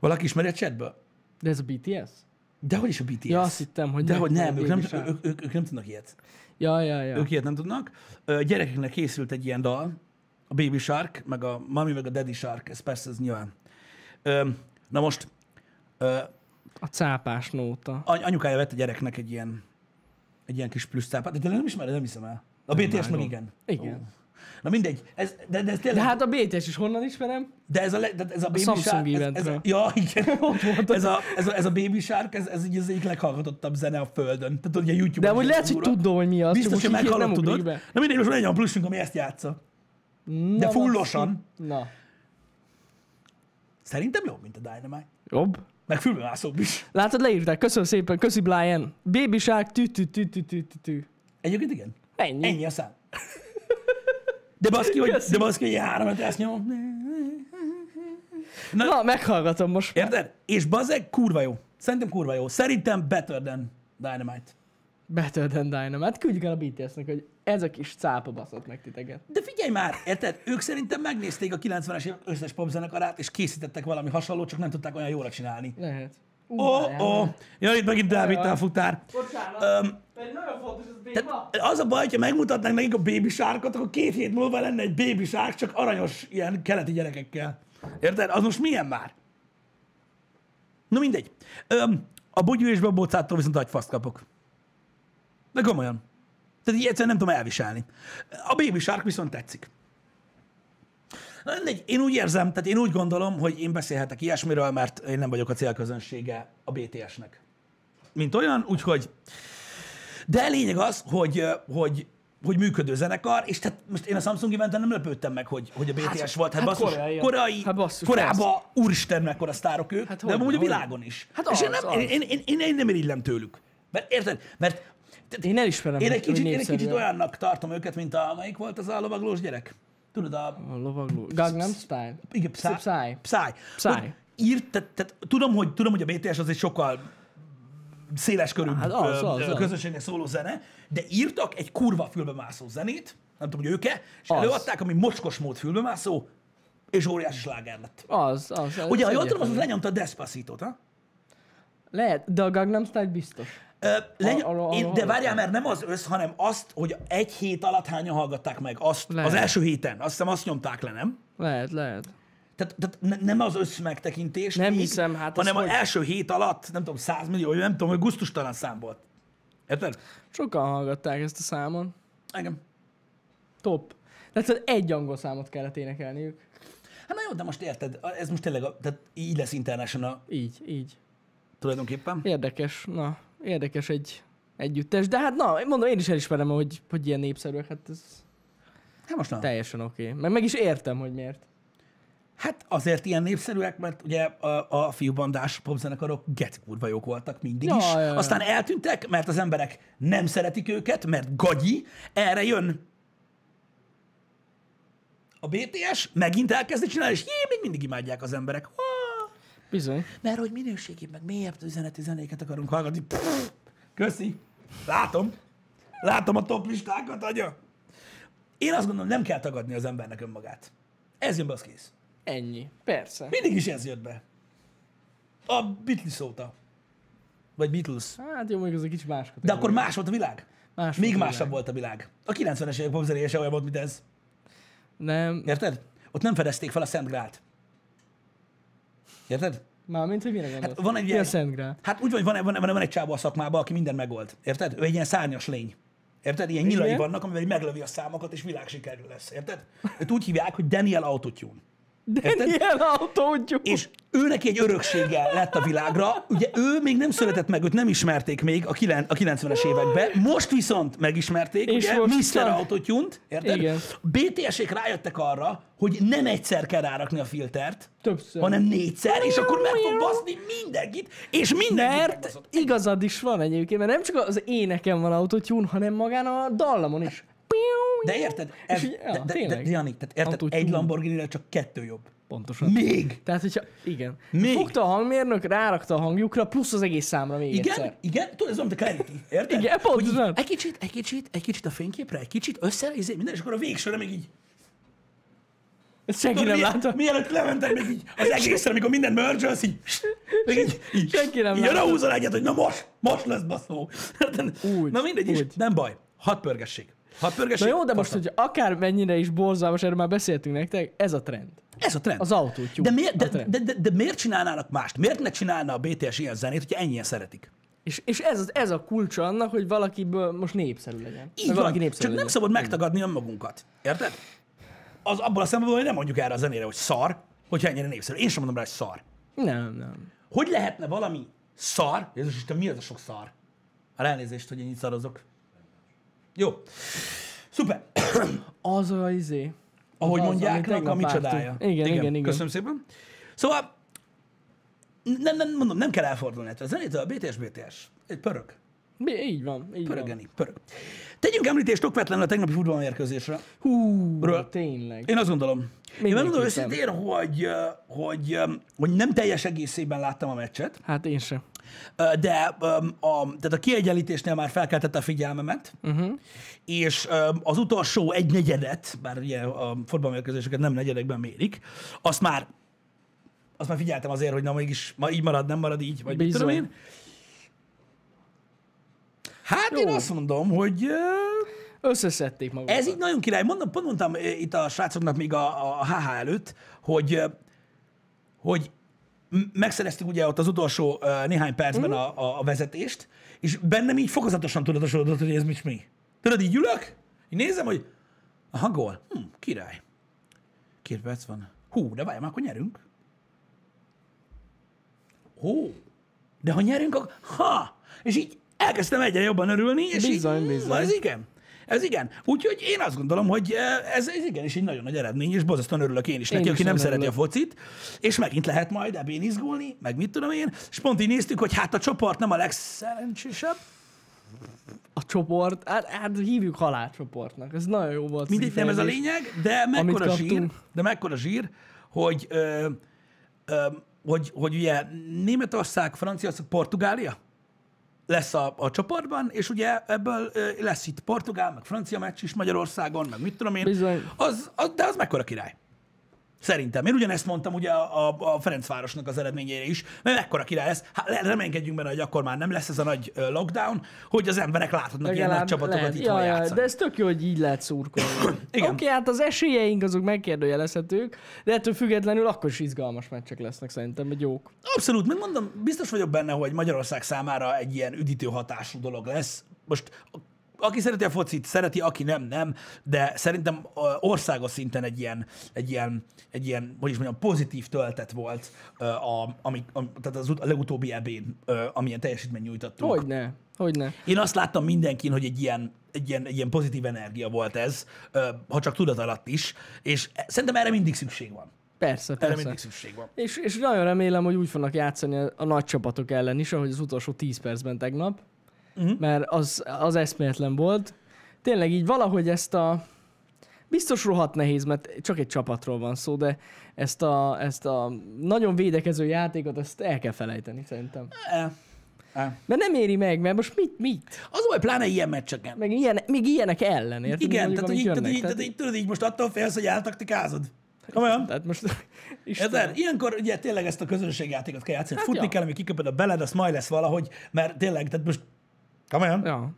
[SPEAKER 1] Valaki ismeri a chatből?
[SPEAKER 2] De ez a BTS?
[SPEAKER 1] Dehogy is a BTS.
[SPEAKER 2] Ja, azt hittem, hogy
[SPEAKER 1] Dehogy
[SPEAKER 2] nem,
[SPEAKER 1] nem,
[SPEAKER 2] a
[SPEAKER 1] ők nem,
[SPEAKER 2] Baby Shark.
[SPEAKER 1] ők, ők, ők nem tudnak ilyet.
[SPEAKER 2] Ja, ja, ja.
[SPEAKER 1] Ők ilyet nem tudnak. Ö, Gyerekeknek készült egy ilyen dal, a Baby Shark, meg a Mami, meg a Daddy Shark, ez persze, ez nyilván. Ö, Na most, ö,
[SPEAKER 2] A cápás nóta.
[SPEAKER 1] any- anyukája vett a gyereknek egy ilyen, egy ilyen kis plusz cápát, de tényleg nem ismered, nem hiszem el. A BTS meg
[SPEAKER 2] vágom.
[SPEAKER 1] igen.
[SPEAKER 2] Igen.
[SPEAKER 1] Ó. Na mindegy, ez, de, de ez tényleg...
[SPEAKER 2] De hát a BTS is honnan ismerem?
[SPEAKER 1] De ez a, le, de ez a baby shark,
[SPEAKER 2] Samsung
[SPEAKER 1] ez, ez a,
[SPEAKER 2] eventről.
[SPEAKER 1] ja, igen.
[SPEAKER 2] Ott volt
[SPEAKER 1] ez, a, ez, a, ez a baby shark, ez, ez így az egyik leghallgatottabb zene a földön. Tehát ugye YouTube.
[SPEAKER 2] De amúgy lehet, hogy tudom, hogy mi az.
[SPEAKER 1] Biztos,
[SPEAKER 2] csak
[SPEAKER 1] hogy
[SPEAKER 2] most így
[SPEAKER 1] meghallott,
[SPEAKER 2] nem ugrik
[SPEAKER 1] tudod.
[SPEAKER 2] be.
[SPEAKER 1] Na mindegy, most van egy olyan pluszunk, ami ezt játsza.
[SPEAKER 2] Na,
[SPEAKER 1] De
[SPEAKER 2] na,
[SPEAKER 1] fullosan.
[SPEAKER 2] szép. Na.
[SPEAKER 1] Szerintem jobb, mint a Dynamite.
[SPEAKER 2] Jobb?
[SPEAKER 1] Meg fülbemászóbb is.
[SPEAKER 2] Látod, leírták. Köszönöm szépen. Köszi, Brian. Baby Shark. Tű, tű, tű, tű, tű, tű, tű.
[SPEAKER 1] Egyébként igen.
[SPEAKER 2] Ennyi.
[SPEAKER 1] Ennyi a szám. De baszki, hogy,
[SPEAKER 2] Köszi.
[SPEAKER 1] de baszki, hogy ilyen három ezt nyomom. Na,
[SPEAKER 2] Na, meghallgatom most. már.
[SPEAKER 1] érted? És bazeg kurva jó. Szerintem kurva jó. Szerintem better than Dynamite.
[SPEAKER 2] Better than Dynamite. Hát Küldjük el a BTS-nek, hogy ez a kis cápa baszott meg titeket.
[SPEAKER 1] De figyelj már, érted? Ők szerintem megnézték a 90-es évek összes popzenekarát, és készítettek valami hasonlót, csak nem tudták olyan jóra csinálni.
[SPEAKER 2] Lehet.
[SPEAKER 1] Ó, oh, ó, oh. ja, itt megint elvitte a futár.
[SPEAKER 2] Bocsánat.
[SPEAKER 1] Öm,
[SPEAKER 2] Pedig nagyon fontos ez a téma.
[SPEAKER 1] tehát az a baj, hogyha megmutatnánk nekik a baby sárkot, akkor két hét múlva lenne egy baby sárk, csak aranyos ilyen keleti gyerekekkel. Érted? Az most milyen már? Na mindegy. Öm, a bugyú és babócától viszont agyfaszt kapok. De komolyan. Tehát így egyszerűen nem tudom elviselni. A baby sárk viszont tetszik. Na, mindegy, én úgy érzem, tehát én úgy gondolom, hogy én beszélhetek ilyesmiről, mert én nem vagyok a célközönsége a BTS-nek. Mint olyan, úgyhogy... De lényeg az, hogy, hogy hogy működő zenekar, és tehát most én a Samsung eventen nem lepődtem meg, hogy, hogy a BTS
[SPEAKER 2] Hát-
[SPEAKER 1] volt. Hát,
[SPEAKER 2] hát
[SPEAKER 1] basszus,
[SPEAKER 2] koreai-
[SPEAKER 1] korai,
[SPEAKER 2] hát basszus,
[SPEAKER 1] korábban úristen mekkora sztárok ők,
[SPEAKER 2] Hát
[SPEAKER 1] hát
[SPEAKER 2] hogy
[SPEAKER 1] de amúgy a
[SPEAKER 2] ne, hogy ne.
[SPEAKER 1] világon is.
[SPEAKER 2] Hát
[SPEAKER 1] és én,
[SPEAKER 2] az,
[SPEAKER 1] nem,
[SPEAKER 2] az.
[SPEAKER 1] Én, én, én, én nem irigylem tőlük. Mert érted? Mert tehát
[SPEAKER 2] Én elismerem,
[SPEAKER 1] én egy,
[SPEAKER 2] hogy- hogy
[SPEAKER 1] kicsit, én egy kicsit
[SPEAKER 2] népszerűen.
[SPEAKER 1] olyannak tartom őket, mint a, melyik volt az a lovaglós gyerek? Tudod, a
[SPEAKER 2] A lovagló. Gangnam Style.
[SPEAKER 1] igen, Psy.
[SPEAKER 2] Psy.
[SPEAKER 1] Psy.
[SPEAKER 2] Psy.
[SPEAKER 1] Hogy Írt, tehát, tehát, tudom, hogy, tudom, hogy a BTS az egy sokkal széles körű
[SPEAKER 2] Hát az, az, az.
[SPEAKER 1] közönségnek szóló zene, de írtak egy kurva fülbemászó zenét, nem tudom, hogy őke, és
[SPEAKER 2] Az.
[SPEAKER 1] előadták, ami mocskos mód fülbemászó, és óriási sláger lett.
[SPEAKER 2] Az, az. az
[SPEAKER 1] Ugye, ha jól
[SPEAKER 2] egyetlen.
[SPEAKER 1] tudom, az lenyomta a Despacito-t, ha?
[SPEAKER 2] Lehet, de a Gangnam Style biztos.
[SPEAKER 1] Ö, Legy-
[SPEAKER 2] Ar- arról
[SPEAKER 1] én, de
[SPEAKER 2] hallottam.
[SPEAKER 1] várjál, mert nem az össz, hanem azt, hogy egy hét alatt hányan hallgatták meg, azt,
[SPEAKER 2] Lehet.
[SPEAKER 1] az első héten, azt hiszem azt nyomták le, nem?
[SPEAKER 2] Lehet, lehet.
[SPEAKER 1] Tehát, tehát ne, nem az összmegtekintés.
[SPEAKER 2] Nem hiszem, hát az
[SPEAKER 1] Hanem az
[SPEAKER 2] hogy-
[SPEAKER 1] első hét alatt, nem tudom, 100 millió, vagy nem tudom, hogy gusztustalan szám volt. Érted?
[SPEAKER 2] Sokan hallgatták ezt a számon.
[SPEAKER 1] Engem.
[SPEAKER 2] Top. Tehát szóval egy angol számot kellett énekelniük.
[SPEAKER 1] Hát na jó, de most érted, ez most tényleg, a, tehát így lesz international
[SPEAKER 2] Így, így.
[SPEAKER 1] tulajdonképpen.
[SPEAKER 2] Érdekes, na, érdekes egy együttes, de hát na, mondom, én is elismerem, hogy, hogy ilyen népszerűek, hát ez
[SPEAKER 1] Hát most nem.
[SPEAKER 2] teljesen oké. Okay. Meg, meg is értem, hogy miért.
[SPEAKER 1] Hát azért ilyen népszerűek, mert ugye a, a fiúbandás popzenekarok geci kurva jók voltak mindig
[SPEAKER 2] Ja,
[SPEAKER 1] is.
[SPEAKER 2] ja, ja.
[SPEAKER 1] Aztán eltűntek, mert az emberek nem szeretik őket, mert gagyi. Erre jön a BTS, megint elkezdi csinálni, és jé, még mindig imádják az emberek. Ah,
[SPEAKER 2] Bizony.
[SPEAKER 1] mert hogy minőségibb, meg mélyebb üzeneti zenéket akarunk hallgatni. Pff, köszi. Látom. Látom a top listákat, anya. Én azt gondolom, nem kell tagadni az embernek önmagát. Ez jön be, az kész.
[SPEAKER 2] Ennyi. Persze.
[SPEAKER 1] Mindig is ez jött be. A Beatles óta. Vagy Beatles.
[SPEAKER 2] Hát jó, mondjuk ez egy kicsit más
[SPEAKER 1] De
[SPEAKER 2] kategória.
[SPEAKER 1] akkor más volt a világ.
[SPEAKER 2] Más
[SPEAKER 1] Még
[SPEAKER 2] volt a
[SPEAKER 1] másabb volt a világ. A 90-es évek popzenéje se olyan volt, mint ez.
[SPEAKER 2] Nem,
[SPEAKER 1] Érted? Ott nem fedezték fel a Szent Grált. Érted?
[SPEAKER 2] mármint, hogy mire gondolsz?
[SPEAKER 1] van egy
[SPEAKER 2] Mi a
[SPEAKER 1] ilyen-
[SPEAKER 2] Szent Grál?
[SPEAKER 1] Hát úgy van, van, van, van egy csávó a szakmában, aki minden megold. Érted? Ő egy ilyen szárnyas lény. Érted? Ilyen nyilai
[SPEAKER 2] Igen.
[SPEAKER 1] vannak, amivel így meglövi a számokat, és világsikerű lesz. Érted? Őt úgy hívják, hogy Daniel Autotune. Érted?
[SPEAKER 2] Daniel autógyú!
[SPEAKER 1] És ő neki egy öröksége lett a világra. Ugye ő még nem született meg, őt nem ismerték még a, kilen, a 90-es években. Most viszont megismerték,
[SPEAKER 2] És
[SPEAKER 1] és ugye,
[SPEAKER 2] most
[SPEAKER 1] Mr.
[SPEAKER 2] csak-
[SPEAKER 1] Autotune-t, érted?
[SPEAKER 2] Igen.
[SPEAKER 1] A BTS-ek rájöttek arra, hogy nem egyszer kell rárakni a filtert,
[SPEAKER 2] Többször.
[SPEAKER 1] hanem négyszer, és akkor meg fog baszni mindenkit, és mindenkit
[SPEAKER 2] Mert
[SPEAKER 1] megbaszott.
[SPEAKER 2] igazad is van egyébként, mert nem csak az énekem van autotune, hanem magán a dallamon is.
[SPEAKER 1] De érted? Ez,
[SPEAKER 2] És így- ja,
[SPEAKER 1] de, de, de,
[SPEAKER 2] tényleg.
[SPEAKER 1] Jani, tehát érted,
[SPEAKER 2] Autotune.
[SPEAKER 1] egy Lamborghini-re csak kettő jobb.
[SPEAKER 2] Pontosan.
[SPEAKER 1] Még!
[SPEAKER 2] Tehát, hogyha, igen.
[SPEAKER 1] Még.
[SPEAKER 2] Fogta a hangmérnök, rárakta a hangjukra, plusz az egész számra még
[SPEAKER 1] Igen,
[SPEAKER 2] egyszer.
[SPEAKER 1] igen, tudod, ez olyan, mint a Clarity, érted?
[SPEAKER 2] Igen,
[SPEAKER 1] Hogy így
[SPEAKER 2] pontosan.
[SPEAKER 1] Egy kicsit, egy kicsit, egy kicsit a fényképre, egy kicsit össze, izé, minden, és akkor a végsőre még így.
[SPEAKER 2] Ezt senki
[SPEAKER 1] Tudod,
[SPEAKER 2] nem
[SPEAKER 1] milyen-
[SPEAKER 2] látta.
[SPEAKER 1] Mielőtt lementem, még így az egészre, amikor minden merge az így. Még így, így,
[SPEAKER 2] Senki nem
[SPEAKER 1] így
[SPEAKER 2] látta.
[SPEAKER 1] odahúzol egyet, hogy na most, most lesz baszó. Érted?
[SPEAKER 2] Úgy,
[SPEAKER 1] na mindegy is,
[SPEAKER 2] úgy.
[SPEAKER 1] nem baj. Hat pörgessék. Hat
[SPEAKER 2] Na
[SPEAKER 1] pörgessék.
[SPEAKER 2] jó, de most,
[SPEAKER 1] faszom.
[SPEAKER 2] hogy akármennyire is borzalmas, erről már beszéltünk nektek, ez a trend.
[SPEAKER 1] Ez a trend.
[SPEAKER 2] az autótyú.
[SPEAKER 1] De miért,
[SPEAKER 2] A
[SPEAKER 1] de,
[SPEAKER 2] trend.
[SPEAKER 1] de, de, de miért csinálnának mást? Miért ne csinálna a BTS ilyen zenét, hogyha ennyien szeretik?
[SPEAKER 2] És, és ez, az- ez a kulcsa annak, hogy valakiből most népszerű legyen.
[SPEAKER 1] Így
[SPEAKER 2] Vagy
[SPEAKER 1] van,
[SPEAKER 2] valaki
[SPEAKER 1] csak
[SPEAKER 2] népszerű
[SPEAKER 1] nem
[SPEAKER 2] legyen.
[SPEAKER 1] szabad megtagadni önmagunkat. Érted? Az abban a szemben, hogy nem mondjuk erre a zenére, hogy szar, hogyha ennyire népszerű. Én sem mondom rá, hogy szar.
[SPEAKER 2] Nem, nem.
[SPEAKER 1] Hogy lehetne valami szar? Jézus Isten, mi az a sok szar? A elnézést, hogy én így szarozok. Jó. Szuper.
[SPEAKER 2] Az a izé.
[SPEAKER 1] Ahogy
[SPEAKER 2] Az, amit
[SPEAKER 1] mondják,
[SPEAKER 2] tegnap
[SPEAKER 1] a micsodája.
[SPEAKER 2] vártunk. Igen, igen, igen.
[SPEAKER 1] Köszönöm szépen. Szóval, nem, nem, mondom, nem kell elfordulni ettől. A zenétől a BTS, BTS. Egy pörög.
[SPEAKER 2] Mi, így van, így van.
[SPEAKER 1] Pörögeni, pörög. Tegyünk említést okvetlenül a tegnapi futballmérkőzésre.
[SPEAKER 2] Hú,
[SPEAKER 1] Ről.
[SPEAKER 2] tényleg.
[SPEAKER 1] Én azt gondolom. Én megmondom
[SPEAKER 2] Mindenképpen.
[SPEAKER 1] őszintén, hogy, ö, hogy, ö, hogy nem teljes egészében láttam a meccset,
[SPEAKER 2] Hát én sem.
[SPEAKER 1] ö, de ö, a, tehát a kiegyenlítésnél már felkeltette a figyelmemet,
[SPEAKER 2] Mhm.
[SPEAKER 1] uh-huh. és ö, az utolsó egy negyedet, bár ugye a fordbalmérkőzéseket nem negyedekben mérik, azt már azt már figyeltem azért, hogy na mégis ma így marad, nem marad így, vagy mit
[SPEAKER 2] Bizony.
[SPEAKER 1] tudom én. Hát Jó. én
[SPEAKER 2] Jó.
[SPEAKER 1] azt mondom, hogy ö,
[SPEAKER 2] Összeszedték magukat.
[SPEAKER 1] ez így nagyon király. Mondom, pont mondtam eh, itt a srácoknak még a, a HH előtt, hogy, eh, hogy m- megszereztük ugye ott az utolsó eh, néhány percben
[SPEAKER 2] Mhm.
[SPEAKER 1] a, a, a vezetést, és bennem így fokozatosan tudatosodott, hogy ez mit mi. Tudod, így ülök, így nézem, hogy aha, gól. Hm, király. Két perc van. Hú, de várj, már akkor nyerünk. Hú, de ha nyerünk, akkor... Ha! És így elkezdtem egyre jobban örülni, és
[SPEAKER 2] Bizony,
[SPEAKER 1] így, "Mm,
[SPEAKER 2] bizony.
[SPEAKER 1] Ez igen. Ez igen. Úgyhogy én azt gondolom, hogy eh, ez, ez igenis egy nagyon nagy eredmény, és borzasztóan örülök én is neki,
[SPEAKER 2] is
[SPEAKER 1] aki nem
[SPEAKER 2] nagyon
[SPEAKER 1] szereti a
[SPEAKER 2] örülök.
[SPEAKER 1] focit, és megint lehet majd ebén izgulni, meg mit tudom én, és pont így néztük, hogy hát a csoport nem a legszerencsésebb,
[SPEAKER 2] A csoport, hát, hát hívjuk halálcsoportnak. Ez nagyon jó volt.
[SPEAKER 1] Mindegy, nem ez a
[SPEAKER 2] kifejezés.
[SPEAKER 1] lényeg, de mekkora
[SPEAKER 2] kaptunk.
[SPEAKER 1] zsír, de mekkora zsír, hogy, ö, ö, hogy, hogy ugye Németország, Franciaország, Portugália lesz a, a csoportban, és ugye ebből ö, lesz itt Portugál, meg francia meccs is Magyarországon, meg mit tudom én.
[SPEAKER 2] Bizony.
[SPEAKER 1] Az, az, de az mekkora király. Szerintem. Én ugyanezt mondtam ugye a, a, a Ferencvárosnak az eredményére is, mert mekkora király lesz. Hát le- reménykedjünk benne, hogy akkor már nem lesz ez a nagy ö, lockdown, hogy az emberek láthatnak ilyen nagy
[SPEAKER 2] Legalább
[SPEAKER 1] csapatokat
[SPEAKER 2] lehet.
[SPEAKER 1] itt
[SPEAKER 2] Ja, ja,
[SPEAKER 1] játszani.
[SPEAKER 2] De ez tök jó, hogy így lehet szurkolni.
[SPEAKER 1] Igen.
[SPEAKER 2] Oké, okay, hát az esélyeink azok megkérdőjelezhetők, de ettől függetlenül akkor is izgalmas meccsek lesznek szerintem, vagy jók.
[SPEAKER 1] Abszolút, megmondom, biztos vagyok benne, hogy Magyarország számára egy ilyen üdítő hatású dolog lesz. Most a- aki szereti a focit, szereti, aki nem, nem, de szerintem ö, országos szinten egy ilyen, egy ilyen, egy ilyen hogy is mondjam, pozitív töltet volt ö, a, ami, a, tehát az ut- a legutóbbi ebén, ö, amilyen teljesítmény nyújtottunk.
[SPEAKER 2] Hogyne, hogyne.
[SPEAKER 1] Én azt láttam mindenkin, hogy egy ilyen, egy ilyen, egy ilyen pozitív energia volt ez, ö, ha csak tudat alatt is, és szerintem erre mindig szükség van.
[SPEAKER 2] Persze,
[SPEAKER 1] Erre
[SPEAKER 2] persze.
[SPEAKER 1] mindig szükség van.
[SPEAKER 2] És, és nagyon remélem, hogy úgy fognak játszani a, a nagy csapatok ellen is, ahogy az utolsó 10 percben tegnap,
[SPEAKER 1] Mhm.
[SPEAKER 2] uh-huh. mert az, az eszméletlen volt. Tényleg így valahogy ezt a... Biztos rohadt nehéz, mert csak egy csapatról van szó, de ezt a, ezt a nagyon védekező játékot, ezt el kell felejteni szerintem.
[SPEAKER 1] E, e.
[SPEAKER 2] Mert nem éri meg, mert most mit, mit?
[SPEAKER 1] Az a baj, pláne ilyen meccseken.
[SPEAKER 2] Meg ilyen, még ilyenek ellen, érted?
[SPEAKER 1] Igen,
[SPEAKER 2] Mondjuk,
[SPEAKER 1] tehát, hogy
[SPEAKER 2] amik
[SPEAKER 1] így, tehát,
[SPEAKER 2] jönnek,
[SPEAKER 1] így, tehát így, tudod, így most attól félsz, hogy eltaktikázod. Komolyan?
[SPEAKER 2] tehát most... Istenem.
[SPEAKER 1] Érted? Ilyenkor ugye tényleg ezt a közönségjátékot kell játszani. Hát
[SPEAKER 2] Hát
[SPEAKER 1] Futni ja.
[SPEAKER 2] ja.
[SPEAKER 1] kell, ami kiköpöd a beled, az majd lesz valahogy, mert tényleg, tehát most komolyan?
[SPEAKER 2] Ja,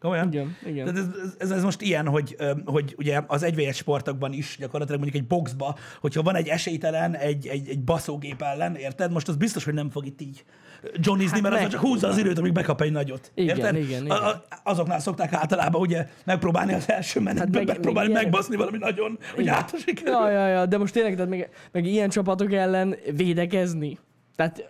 [SPEAKER 1] Komolyan?
[SPEAKER 2] igen, igen.
[SPEAKER 1] Tehát ez, ez, ez, most ilyen, hogy, öm, hogy ugye az egyvélyes sportokban is gyakorlatilag mondjuk egy boxba, hogyha van egy esélytelen, egy, egy, egy baszógép ellen, érted? Most az biztos, hogy nem fog itt így johnnizni,
[SPEAKER 2] Hát
[SPEAKER 1] mert az
[SPEAKER 2] meg-
[SPEAKER 1] csak húzza az időt, amíg bekap egy nagyot.
[SPEAKER 2] Igen,
[SPEAKER 1] érted?
[SPEAKER 2] igen,
[SPEAKER 1] A, a, azoknál szokták általában ugye megpróbálni az első menetben, hát meg,
[SPEAKER 2] meg- meg
[SPEAKER 1] megpróbálni
[SPEAKER 2] ilyenek-
[SPEAKER 1] megbaszni valami nagyon, hogy hát a sikerül.
[SPEAKER 2] Ja, ja, ja, de most tényleg, tehát meg, meg ilyen csapatok ellen védekezni. Tehát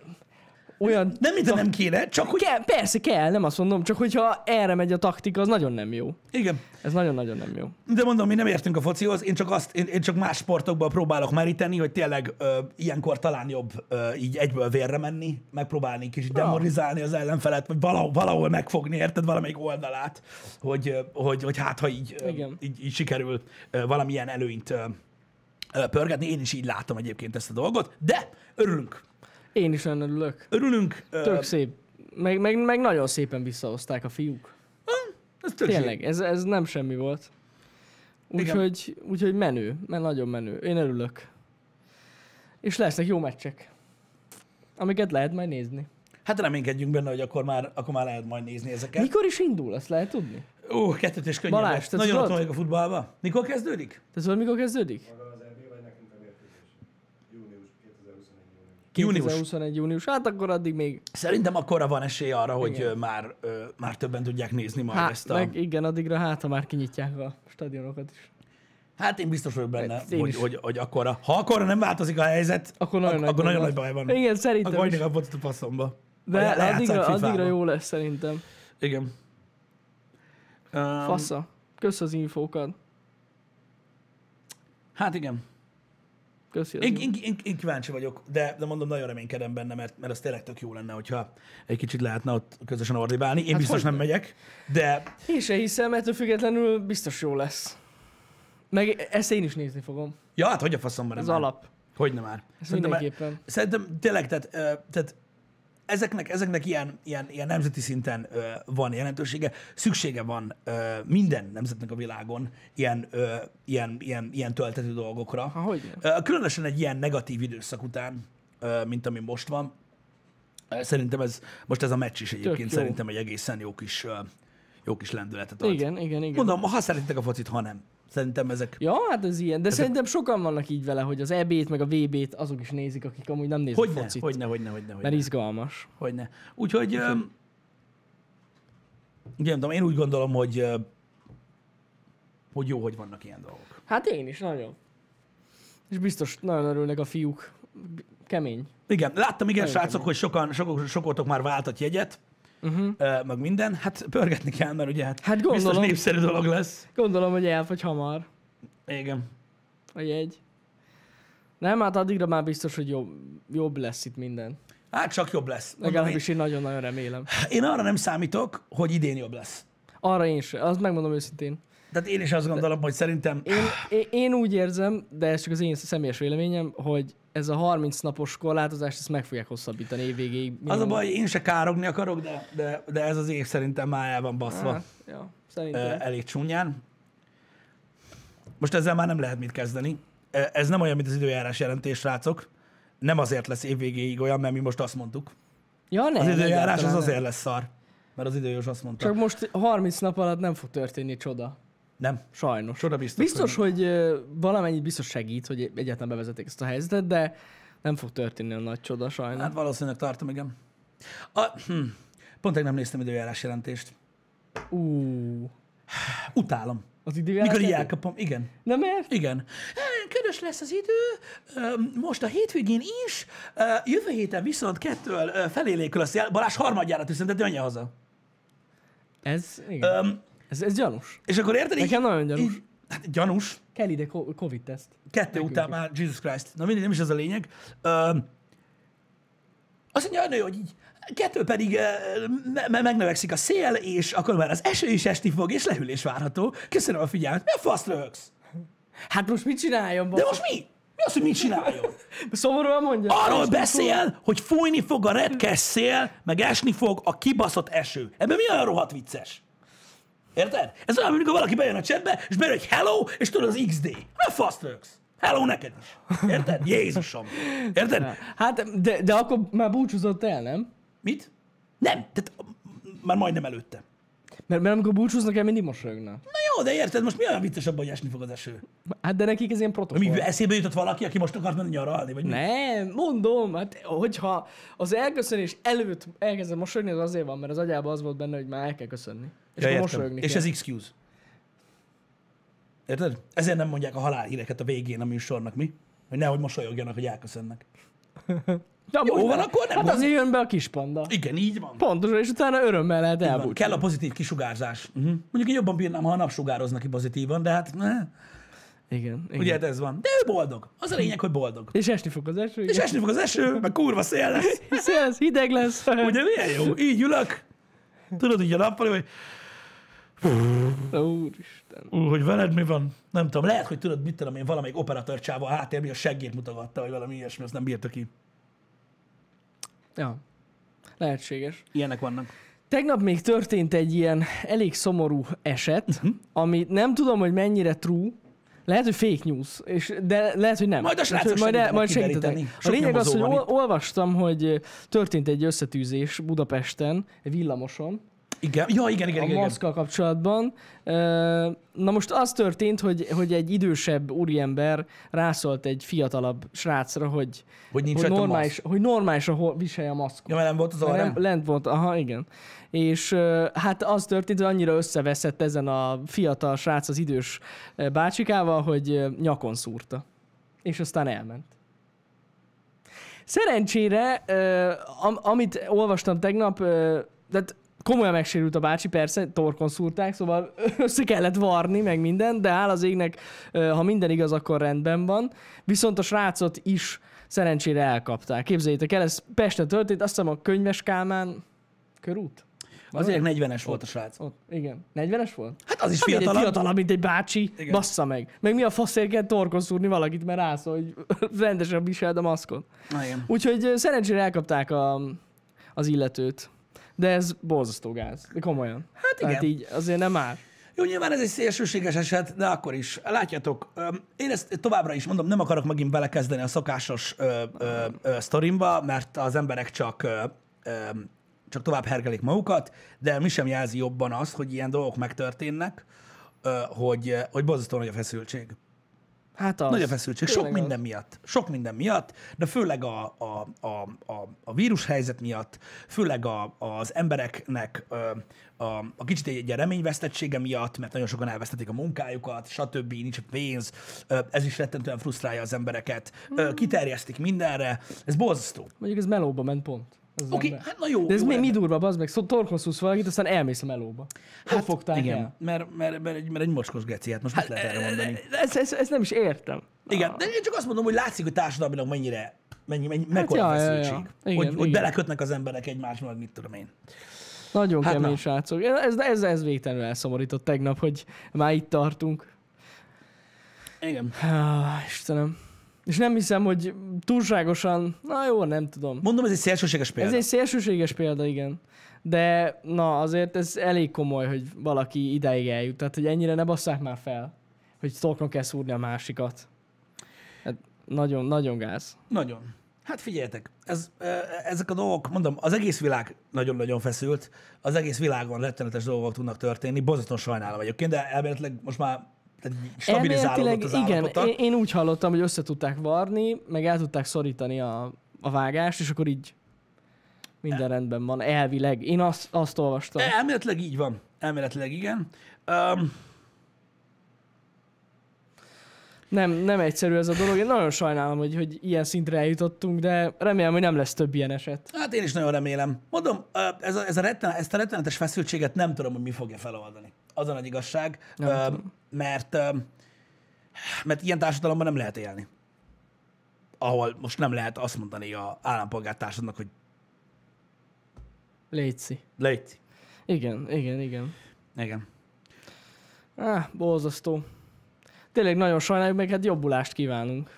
[SPEAKER 2] olyan...
[SPEAKER 1] Nem, mint nem kéne, csak hogy...
[SPEAKER 2] Kell, persze kell, nem azt mondom, csak hogyha erre megy a taktika, az nagyon nem jó.
[SPEAKER 1] Igen.
[SPEAKER 2] Ez nagyon-nagyon nem jó.
[SPEAKER 1] De mondom, mi nem értünk a focihoz, én csak, azt, én, én csak más sportokban próbálok meríteni, hogy tényleg ö, ilyenkor talán jobb ö, így egyből vérre menni, megpróbálni kicsit demoralizálni az ellenfelet, vagy valahol, valahol megfogni, érted, valamelyik oldalát, hogy, ö, hogy, hogy hát, ha így, ö,
[SPEAKER 2] Igen.
[SPEAKER 1] így, így sikerül ö, valamilyen előnyt ö, ö, pörgetni. Én is így látom egyébként ezt a dolgot, de örülünk.
[SPEAKER 2] Én is nagyon örülök.
[SPEAKER 1] Örülünk. Ö,
[SPEAKER 2] Tök szép. Meg, meg, meg nagyon szépen visszahozták a fiúk.
[SPEAKER 1] ez tök
[SPEAKER 2] Tényleg, ez, ez nem semmi volt. Úgyhogy, úgyhogy menő, mert nagyon menő. Én örülök. És lesznek jó meccsek, amiket lehet majd nézni.
[SPEAKER 1] Hát reménykedjünk benne, hogy akkor már, akkor már lehet majd nézni ezeket.
[SPEAKER 2] Mikor is indul, azt lehet tudni?
[SPEAKER 1] Ó, kettőt és könnyebb.
[SPEAKER 2] Balázs,
[SPEAKER 1] Balázs,
[SPEAKER 2] te
[SPEAKER 1] Nagyon
[SPEAKER 2] tudod?
[SPEAKER 1] ott vagyok a futballba. Mikor kezdődik?
[SPEAKER 2] Te tudod, mikor kezdődik?
[SPEAKER 3] Maga az EB, vagy nekünk a mérkőzés? Június, 2021 június.
[SPEAKER 1] Június.
[SPEAKER 2] 2021 június. Hát akkor addig még.
[SPEAKER 1] Szerintem akkora van esély arra, hogy
[SPEAKER 2] Igen.
[SPEAKER 1] ö, már, ö, már többen tudják nézni majd
[SPEAKER 2] Hát,
[SPEAKER 1] ezt a...
[SPEAKER 2] meg igen, addigra hát, ha már kinyitják a stadionokat is.
[SPEAKER 1] Hát én biztos vagyok benne,
[SPEAKER 2] Hát én
[SPEAKER 1] hogy,
[SPEAKER 2] is.
[SPEAKER 1] hogy, hogy akkora. Ha akkora nem változik a helyzet,
[SPEAKER 2] Akkor nagyon,
[SPEAKER 1] ak- akkor
[SPEAKER 2] nagy,
[SPEAKER 1] nagyon nagy baj van.
[SPEAKER 2] Igen, szerintem
[SPEAKER 1] Akkor
[SPEAKER 2] is.
[SPEAKER 1] addig a focit a passzomba.
[SPEAKER 2] De
[SPEAKER 1] Le- lejátszák
[SPEAKER 2] addigra,
[SPEAKER 1] FIFA-ba.
[SPEAKER 2] addigra jó lesz szerintem.
[SPEAKER 1] Igen. Öm,
[SPEAKER 2] Fasza. Kösz az infókat.
[SPEAKER 1] hát igen.
[SPEAKER 2] Köszi az
[SPEAKER 1] Én,
[SPEAKER 2] infókat.
[SPEAKER 1] én, én, én kíváncsi vagyok, de, de mondom, nagyon reménykedem benne, mert, mert az tényleg tök jó lenne, hogyha egy kicsit lehetne ott közösen ordibálni. Én hát biztos
[SPEAKER 2] hogyne.
[SPEAKER 1] nem megyek, de
[SPEAKER 2] Én se hiszem, ettől függetlenül biztos jó lesz. Meg ezt én is nézni fogom.
[SPEAKER 1] ja, hát hogy a faszomban nem
[SPEAKER 2] Az
[SPEAKER 1] már?
[SPEAKER 2] alap.
[SPEAKER 1] Hogyne már.
[SPEAKER 2] Ez
[SPEAKER 1] Szerintem-
[SPEAKER 2] mindenképpen.
[SPEAKER 1] Szerintem tényleg, tehát, ö, tehát ezeknek, ezeknek ilyen, ilyen, ilyen nemzeti szinten ö, van jelentősége. Szüksége van ö, minden nemzetnek a világon ilyen, ö, ilyen, ilyen, ilyen töltető dolgokra.
[SPEAKER 2] Ha hogy nem.
[SPEAKER 1] Ö, Különösen egy ilyen negatív időszak után, ö, mint ami most van. Ö, Szerintem ez, most ez a meccs is egyébként
[SPEAKER 2] jó.
[SPEAKER 1] szerintem egy egészen jó kis, ö, jó kis lendületet ad.
[SPEAKER 2] Igen, igen, igen.
[SPEAKER 1] Mondom, ha szeretitek a focit, ha nem. Szerintem ezek...
[SPEAKER 2] Ja, hát ez ilyen. De szerintem sokan vannak így vele, hogy az EB-t, meg a VB-t azok is nézik, akik amúgy nem nézik
[SPEAKER 1] Hogyne,
[SPEAKER 2] focit.
[SPEAKER 1] hogyne, hogyne, hogyne, hogyne.
[SPEAKER 2] Mert izgalmas.
[SPEAKER 1] Hogyne. Úgyhogy, öm, ugye nem tudom, én úgy gondolom, hogy, ö, hogy jó, hogy vannak ilyen dolgok.
[SPEAKER 2] Hát én is, nagyon. És biztos nagyon örülnek a fiúk. Kemény.
[SPEAKER 1] Igen, láttam, igen,
[SPEAKER 2] Nagyon
[SPEAKER 1] srácok, hogy sokan, sok, sokoltok már váltott jegyet,
[SPEAKER 2] Uh-huh.
[SPEAKER 1] ö, meg minden. Hát pörgetni kell, mert ugye hát,
[SPEAKER 2] Hát
[SPEAKER 1] biztos
[SPEAKER 2] gondolom.
[SPEAKER 1] népszerű dolog lesz.
[SPEAKER 2] Gondolom, hogy elfogy hamar
[SPEAKER 1] Igen.
[SPEAKER 2] a jegy. Nem, hát addigra már biztos, hogy jobb, jobb lesz itt minden.
[SPEAKER 1] Hát csak jobb lesz. Mondom, én,
[SPEAKER 2] Legalábbis én nagyon-nagyon remélem.
[SPEAKER 1] én arra nem számítok, hogy idén jobb lesz.
[SPEAKER 2] Arra én sem, azt megmondom őszintén.
[SPEAKER 1] Tehát én is azt gondolom, hogy szerintem
[SPEAKER 2] Én, én, én úgy érzem, de ez csak az én személyes véleményem, hogy ez a 30 napos korlátozást ezt meg fogják hosszabbítani évvégéig.
[SPEAKER 1] az a
[SPEAKER 2] minimum.
[SPEAKER 1] baj, én se károgni akarok, de, de, de ez az év szerintem már el van baszva.
[SPEAKER 2] Hát, ja,
[SPEAKER 1] Ö,
[SPEAKER 2] szerintem.
[SPEAKER 1] elég csúnyán. Most ezzel már nem lehet mit kezdeni. Ö, Ez nem olyan, mint az időjárás jelentés, srácok. Nem azért lesz évvégéig olyan, mert mi most azt mondtuk.
[SPEAKER 2] Ja, nem,
[SPEAKER 1] Az időjárás az
[SPEAKER 2] egyáltalán
[SPEAKER 1] azért
[SPEAKER 2] nem.
[SPEAKER 1] lesz szar. Mert az időjós azt mondta.
[SPEAKER 2] Csak most 30 nap alatt nem fog történni csoda.
[SPEAKER 1] Nem.
[SPEAKER 2] Sajnos.
[SPEAKER 1] Csoda biztos.
[SPEAKER 2] Biztos, hogy ö, valamennyit biztos segít, hogy egyáltalán bevezetik ezt a helyzetet, de nem fog történni a nagy csoda,
[SPEAKER 1] nem.
[SPEAKER 2] sajnos.
[SPEAKER 1] Hát valószínűleg tartom, igen. A, hm, pont tegnap néztem időjárás jelentést.
[SPEAKER 2] Hát, Ú,
[SPEAKER 1] Utálom.
[SPEAKER 2] az
[SPEAKER 1] Mikor
[SPEAKER 2] időjárás.
[SPEAKER 1] így elkapom, igen.
[SPEAKER 2] Nem miért?
[SPEAKER 1] Igen. Ködös lesz az idő, öm, most a hétvégén is, ö, jövő héten viszont kettől ö, felélékül a szél. Balázs harmadjára tüszentett, menjen haza.
[SPEAKER 2] Ez, igen.
[SPEAKER 1] Öm,
[SPEAKER 2] Ez, ez gyanús.
[SPEAKER 1] és akkor érted? így-
[SPEAKER 2] Nekem nagyon gyanús.
[SPEAKER 1] így- Hát gyanús.
[SPEAKER 2] Kell ide co- Covid-teszt.
[SPEAKER 1] Kettő
[SPEAKER 2] Nekünk
[SPEAKER 1] után
[SPEAKER 2] is.
[SPEAKER 1] már Jesus Christ. Na mindegy, nem is ez a lényeg. Öm, azt mondja a nő, hogy így kettő pedig ö, me- me- megnövekszik a szél, és akkor már az eső is esni fog, és lehűlés várható. Köszönöm a figyelmet. Mi a fasz röhögsz?
[SPEAKER 2] Hát most mit csináljon?
[SPEAKER 1] De
[SPEAKER 2] De...
[SPEAKER 1] most mi? Mi az, hogy mit csináljon?
[SPEAKER 2] Szomorúan mondja.
[SPEAKER 1] Arról
[SPEAKER 2] Most
[SPEAKER 1] beszél, hogy fújni fog a repkes szél, meg esni fog a kibaszott eső. Ebben mi olyan rohadt vicces? Érted? Ez olyan, amikor valaki bejön a csetbe, és bejön egy hello, és tudod az XD. Ne fasz röksz. Hello neked is. Érted? Jézusom. Érted?
[SPEAKER 2] Hát, de, de akkor már búcsúzott el, nem?
[SPEAKER 1] Mit? Nem. Tehát, már majdnem előtte.
[SPEAKER 2] Mert, mert amikor búcsúznak el, mindig mosolyognak.
[SPEAKER 1] Na jó, de érted, most mi olyan vicces abban, hogy esni fog az eső?
[SPEAKER 2] Hát de nekik ez ilyen
[SPEAKER 1] Mi
[SPEAKER 2] protokoll.
[SPEAKER 1] eszébe jutott valaki, aki most akart menni nyaralni, vagy mi?
[SPEAKER 2] Nem, mondom, hát hogyha az elköszönés előtt elkezdem mosolyogni, az azért van, mert az agyában az volt benne, hogy már el kell köszönni. És
[SPEAKER 1] Ja,
[SPEAKER 2] akkor
[SPEAKER 1] értem.
[SPEAKER 2] mosolyogni
[SPEAKER 1] És
[SPEAKER 2] kell.
[SPEAKER 1] ez excuse. Érted? Ezért nem mondják a halálhíreket a végén a műsornak, mi? Hogy nehogy mosolyogjanak, hogy elköszönnek.
[SPEAKER 2] De
[SPEAKER 1] Jó
[SPEAKER 2] most
[SPEAKER 1] van,
[SPEAKER 2] már-
[SPEAKER 1] akkor nem
[SPEAKER 2] Hát
[SPEAKER 1] gond.
[SPEAKER 2] azért jön be a kis panda.
[SPEAKER 1] Igen, így van.
[SPEAKER 2] Pontosan, és utána örömmel lehet
[SPEAKER 1] Van.
[SPEAKER 2] elbúcsúzni.
[SPEAKER 1] Kell a pozitív kisugárzás. Uh-huh. Mondjuk én jobban bírnám, ha a nap sugározna ki pozitívan, de hát ne.
[SPEAKER 2] Igen, igen.
[SPEAKER 1] ugye hát ez van. De ő boldog. Az a lényeg, hogy boldog.
[SPEAKER 2] És esni fog az eső.
[SPEAKER 1] És esni fog az eső, meg kurva szél lesz.
[SPEAKER 2] Szélsz, hideg lesz.
[SPEAKER 1] Ugye milyen jó? Így ülök. Tudod, így a nappal, hogy
[SPEAKER 2] Úristen.
[SPEAKER 1] ú, hogy veled mi van? Nem tudom, lehet, hogy tudod, mit tudom én, valamelyik operatőr csáva a háttér, mi a seggét mutogatta, vagy valami ilyesmi, azt nem bírta ki.
[SPEAKER 2] Ja. Lehetséges.
[SPEAKER 1] Ilyenek vannak.
[SPEAKER 2] Tegnap még történt egy ilyen elég szomorú eset,
[SPEAKER 1] Mhm.
[SPEAKER 2] uh-huh. ami nem tudom, hogy mennyire true, lehet, hogy fake news, és, de lehet, hogy nem.
[SPEAKER 1] Majd a srácok
[SPEAKER 2] Úgyhogy majd,
[SPEAKER 1] segítenek
[SPEAKER 2] majd segítetek.
[SPEAKER 1] kideríteni.
[SPEAKER 2] A
[SPEAKER 1] Sok
[SPEAKER 2] lényeg az, hogy
[SPEAKER 1] nyomozó van
[SPEAKER 2] ol- olvastam, hogy ö, történt egy összetűzés Budapesten, egy villamoson,
[SPEAKER 1] Igen, ja, igen, igen,
[SPEAKER 2] a
[SPEAKER 1] igen. igen.
[SPEAKER 2] maszkkal kapcsolatban. Ö, Na most az történt, hogy, hogy egy idősebb úriember rászólt egy fiatalabb srácra, hogy,
[SPEAKER 1] Hogy nincs
[SPEAKER 2] hogy,
[SPEAKER 1] rajta
[SPEAKER 2] normális,
[SPEAKER 1] maszk.
[SPEAKER 2] hogy normális, ahol viselje a maszkot.
[SPEAKER 1] Ja, mert nem volt az arra.
[SPEAKER 2] Nem, lent volt, aha, igen. És ö, hát az történt, hogy annyira összeveszett ezen a fiatal srác az idős ö, bácsikával, hogy ö, nyakon szúrta. És aztán elment. Szerencsére, ö, am- amit olvastam tegnap, ö, tehát komolyan megsérült a bácsi, persze, torkon szúrták, szóval össze kellett varni, meg minden, de áll az égnek, ö, ha minden igaz, akkor rendben van. Viszont a srácot is szerencsére elkapták. Képzeljétek el, ez Pesten történt, azt hiszem a könyves Kálmán körút?
[SPEAKER 1] Azért 40-es volt a srác.
[SPEAKER 2] Ott, igen. 40-es volt?
[SPEAKER 1] Hát az is
[SPEAKER 2] Fiatalabb.
[SPEAKER 1] fiatalabb.
[SPEAKER 2] Egy fiatalabb, mint egy bácsi.
[SPEAKER 1] Igen.
[SPEAKER 2] Igen. Bassza meg. Meg mi a faszért kell torkon szúrni valakit, mert rászol, hogy rendesen viseld a maszkot.
[SPEAKER 1] Na, igen.
[SPEAKER 2] Úgyhogy ö, szerencsére elkapták a, az illetőt. De ez borzasztó gáz. De komolyan. Hát
[SPEAKER 1] igen.
[SPEAKER 2] Tehát így azért nem már.
[SPEAKER 1] Jó, nyilván ez egy szélsőséges eset, de akkor is. Látjátok, öm, én ezt továbbra is mondom, nem akarok megint belekezdeni a szokásos ö, ö, ö, sztorimba, mert az emberek csak ö, ö, csak tovább hergelik magukat, de mi sem jelzi jobban azt, hogy ilyen dolgok megtörténnek, ö, hogy, hogy borzasztó nagy a feszültség.
[SPEAKER 2] Hát az.
[SPEAKER 1] Nagy a feszültség, sok
[SPEAKER 2] Tényleg az.
[SPEAKER 1] minden miatt. Sok minden miatt, de főleg a, a, a, a, a vírushelyzet miatt, főleg a, az embereknek ö, a, a kicsit egy, egy reményvesztettsége miatt, mert nagyon sokan elvesztették a munkájukat, stb., nincs pénz, ö, ez is rettentően frusztrálja az embereket.
[SPEAKER 2] Hmm.
[SPEAKER 1] Ö, Kiterjesztik mindenre, ez borzasztó.
[SPEAKER 2] Mondjuk ez melóba ment pont. Az
[SPEAKER 1] Oké,
[SPEAKER 2] ember.
[SPEAKER 1] hát na jó.
[SPEAKER 2] De ez
[SPEAKER 1] jó
[SPEAKER 2] mi,
[SPEAKER 1] lenne.
[SPEAKER 2] mi durva, bazd meg, szóval torkon szúsz valakit, aztán elmész a melóba. Hát, fogták
[SPEAKER 1] Igen,
[SPEAKER 2] el?
[SPEAKER 1] mert, mert, mert, egy, mert egy mocskos geci, hát most hát, mit
[SPEAKER 2] E,
[SPEAKER 1] lehet erre mondani?
[SPEAKER 2] Ez, ez, ez nem is értem.
[SPEAKER 1] Igen, de én csak azt mondom, hogy látszik, hogy társadalmilag mennyire, mennyi,
[SPEAKER 2] Hát
[SPEAKER 1] mennyi, mekkora
[SPEAKER 2] ja, ja, ja.
[SPEAKER 1] feszültség.
[SPEAKER 2] Igen,
[SPEAKER 1] hogy, hogy
[SPEAKER 2] igen.
[SPEAKER 1] belekötnek az emberek egymásnak, meg mit tudom én.
[SPEAKER 2] Nagyon
[SPEAKER 1] Hát
[SPEAKER 2] hát kemény
[SPEAKER 1] na.
[SPEAKER 2] srácok. Ez, ez, ez végtelenül elszomorított tegnap, hogy már itt tartunk.
[SPEAKER 1] Igen.
[SPEAKER 2] Há, Istenem. És nem hiszem, hogy túlságosan, na jó, nem tudom.
[SPEAKER 1] Mondom, ez egy szélsőséges példa.
[SPEAKER 2] Ez egy szélsőséges példa, igen. De na, azért ez elég komoly, hogy valaki idáig eljut. Tehát, hogy ennyire ne basszák már fel, hogy torkon kell szúrni a másikat. Hát, nagyon, nagyon gáz.
[SPEAKER 1] Nagyon. Hát figyeljetek, ez, ö, ezek a dolgok, mondom, az egész világ nagyon-nagyon feszült, az egész világon rettenetes dolgok tudnak történni, bozaton sajnálom egyébként, de elméletileg most már tehát így stabilizálódott az
[SPEAKER 2] Elméletileg
[SPEAKER 1] állapota.
[SPEAKER 2] Igen, én, én úgy hallottam, hogy össze tudták varni, meg el tudták szorítani a, a vágást, és akkor így minden rendben van, elvileg. Én azt, azt olvastam.
[SPEAKER 1] Elméletileg így van. Elméletileg igen. Um,
[SPEAKER 2] Nem, nem egyszerű ez a dolog. Én nagyon sajnálom, hogy, hogy ilyen szintre eljutottunk, de remélem, hogy nem lesz több ilyen eset.
[SPEAKER 1] hát én is nagyon remélem. Mondom, ö, ez a, ez a retten, ezt a rettenetes feszültséget nem tudom, hogy mi fogja feloldani. Az a nagy igazság,
[SPEAKER 2] Nem
[SPEAKER 1] ö,
[SPEAKER 2] tudom.
[SPEAKER 1] mert, ö, mert ilyen társadalomban nem lehet élni. Ahol most nem lehet azt mondani a állampolgártársadnak, hogy
[SPEAKER 2] Léci.
[SPEAKER 1] Légy.
[SPEAKER 2] Igen, igen, igen.
[SPEAKER 1] Igen.
[SPEAKER 2] Áh, borzasztó. Tényleg nagyon sajnáljuk, meg hát jobbulást kívánunk.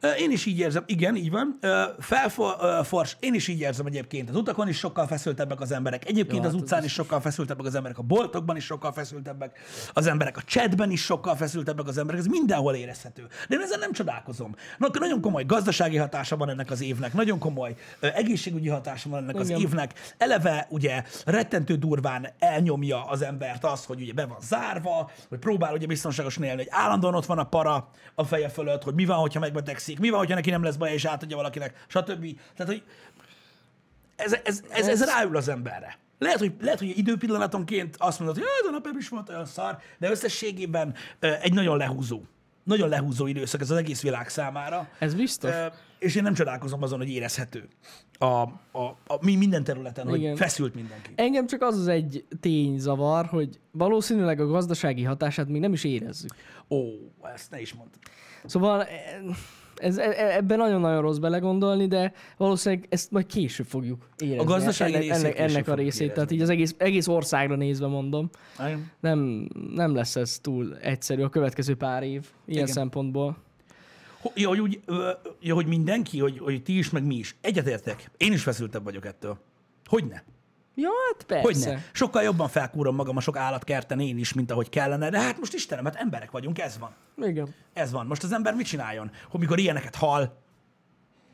[SPEAKER 1] Ö, Én is így érzem, igen, így van. Ö, Felfor, ö, fors, én is így érzem egyébként. Az utakon is sokkal feszültebbek az emberek, egyébként
[SPEAKER 2] Jó,
[SPEAKER 1] az
[SPEAKER 2] hát
[SPEAKER 1] utcán
[SPEAKER 2] ez
[SPEAKER 1] is sokkal feszültebbek az emberek, a boltokban is sokkal feszültebbek az emberek, a chatben is sokkal feszültebbek az emberek, ez mindenhol érezhető. De én ezen nem csodálkozom. Na, akkor nagyon komoly gazdasági hatása van ennek az évnek, nagyon komoly ö, egészségügyi hatása van ennek az
[SPEAKER 2] Igen.
[SPEAKER 1] évnek. Eleve ugye rettentő durván elnyomja az embert az, hogy ugye be van zárva, hogy próbál ugye biztonságosan élni, hogy állandóan ott van a para a feje fölött, hogy mi van, hogyha megbetegszik, mi van, hogyha neki nem lesz baja és átadja valakinek, stb. Tehát, hogy ez, ez, ez, ez ráül az emberre. Lehet, hogy, lehet, hogy időpillanatonként azt mondod, hogy ez a nap nem is volt olyan szar, de összességében ö, egy nagyon lehúzó, nagyon lehúzó időszak ez az egész világ számára.
[SPEAKER 2] Ez biztos.
[SPEAKER 1] Ö, és én nem csodálkozom azon, hogy érezhető a, a, a mi minden területen, hogy
[SPEAKER 2] Igen.
[SPEAKER 1] feszült mindenki.
[SPEAKER 2] Engem csak az az egy tény zavar, hogy valószínűleg a gazdasági hatását még nem is érezzük.
[SPEAKER 1] Ó, ezt ne is mondd.
[SPEAKER 2] Szóval eh, ez, e- ebben nagyon-nagyon rossz belegondolni, de valószínűleg ezt majd később fogjuk érezni.
[SPEAKER 1] A gazdasági
[SPEAKER 2] ennek,
[SPEAKER 1] részét
[SPEAKER 2] ennek,
[SPEAKER 1] később
[SPEAKER 2] ennek a
[SPEAKER 1] fogjuk
[SPEAKER 2] részét,
[SPEAKER 1] érezni.
[SPEAKER 2] tehát így az egész, egész országra nézve mondom,
[SPEAKER 1] Igen.
[SPEAKER 2] nem, nem lesz ez túl egyszerű a következő pár év ilyen
[SPEAKER 1] Igen.
[SPEAKER 2] Igen. szempontból.
[SPEAKER 1] Ho- Ja, hogy, úgy, ö, ja, hogy mindenki, hogy, hogy ti is, meg mi is. Egyetértek. Én is feszültebb vagyok ettől. Hogyne?
[SPEAKER 2] Ja, hát persze.
[SPEAKER 1] Hogyne? Sokkal jobban felkúrom magam a sok állatkerten én is, mint ahogy kellene, de hát most Istenem, hát emberek vagyunk, ez van.
[SPEAKER 2] Igen.
[SPEAKER 1] Ez van. Most az ember mit csináljon? Hogy mikor ilyeneket hal,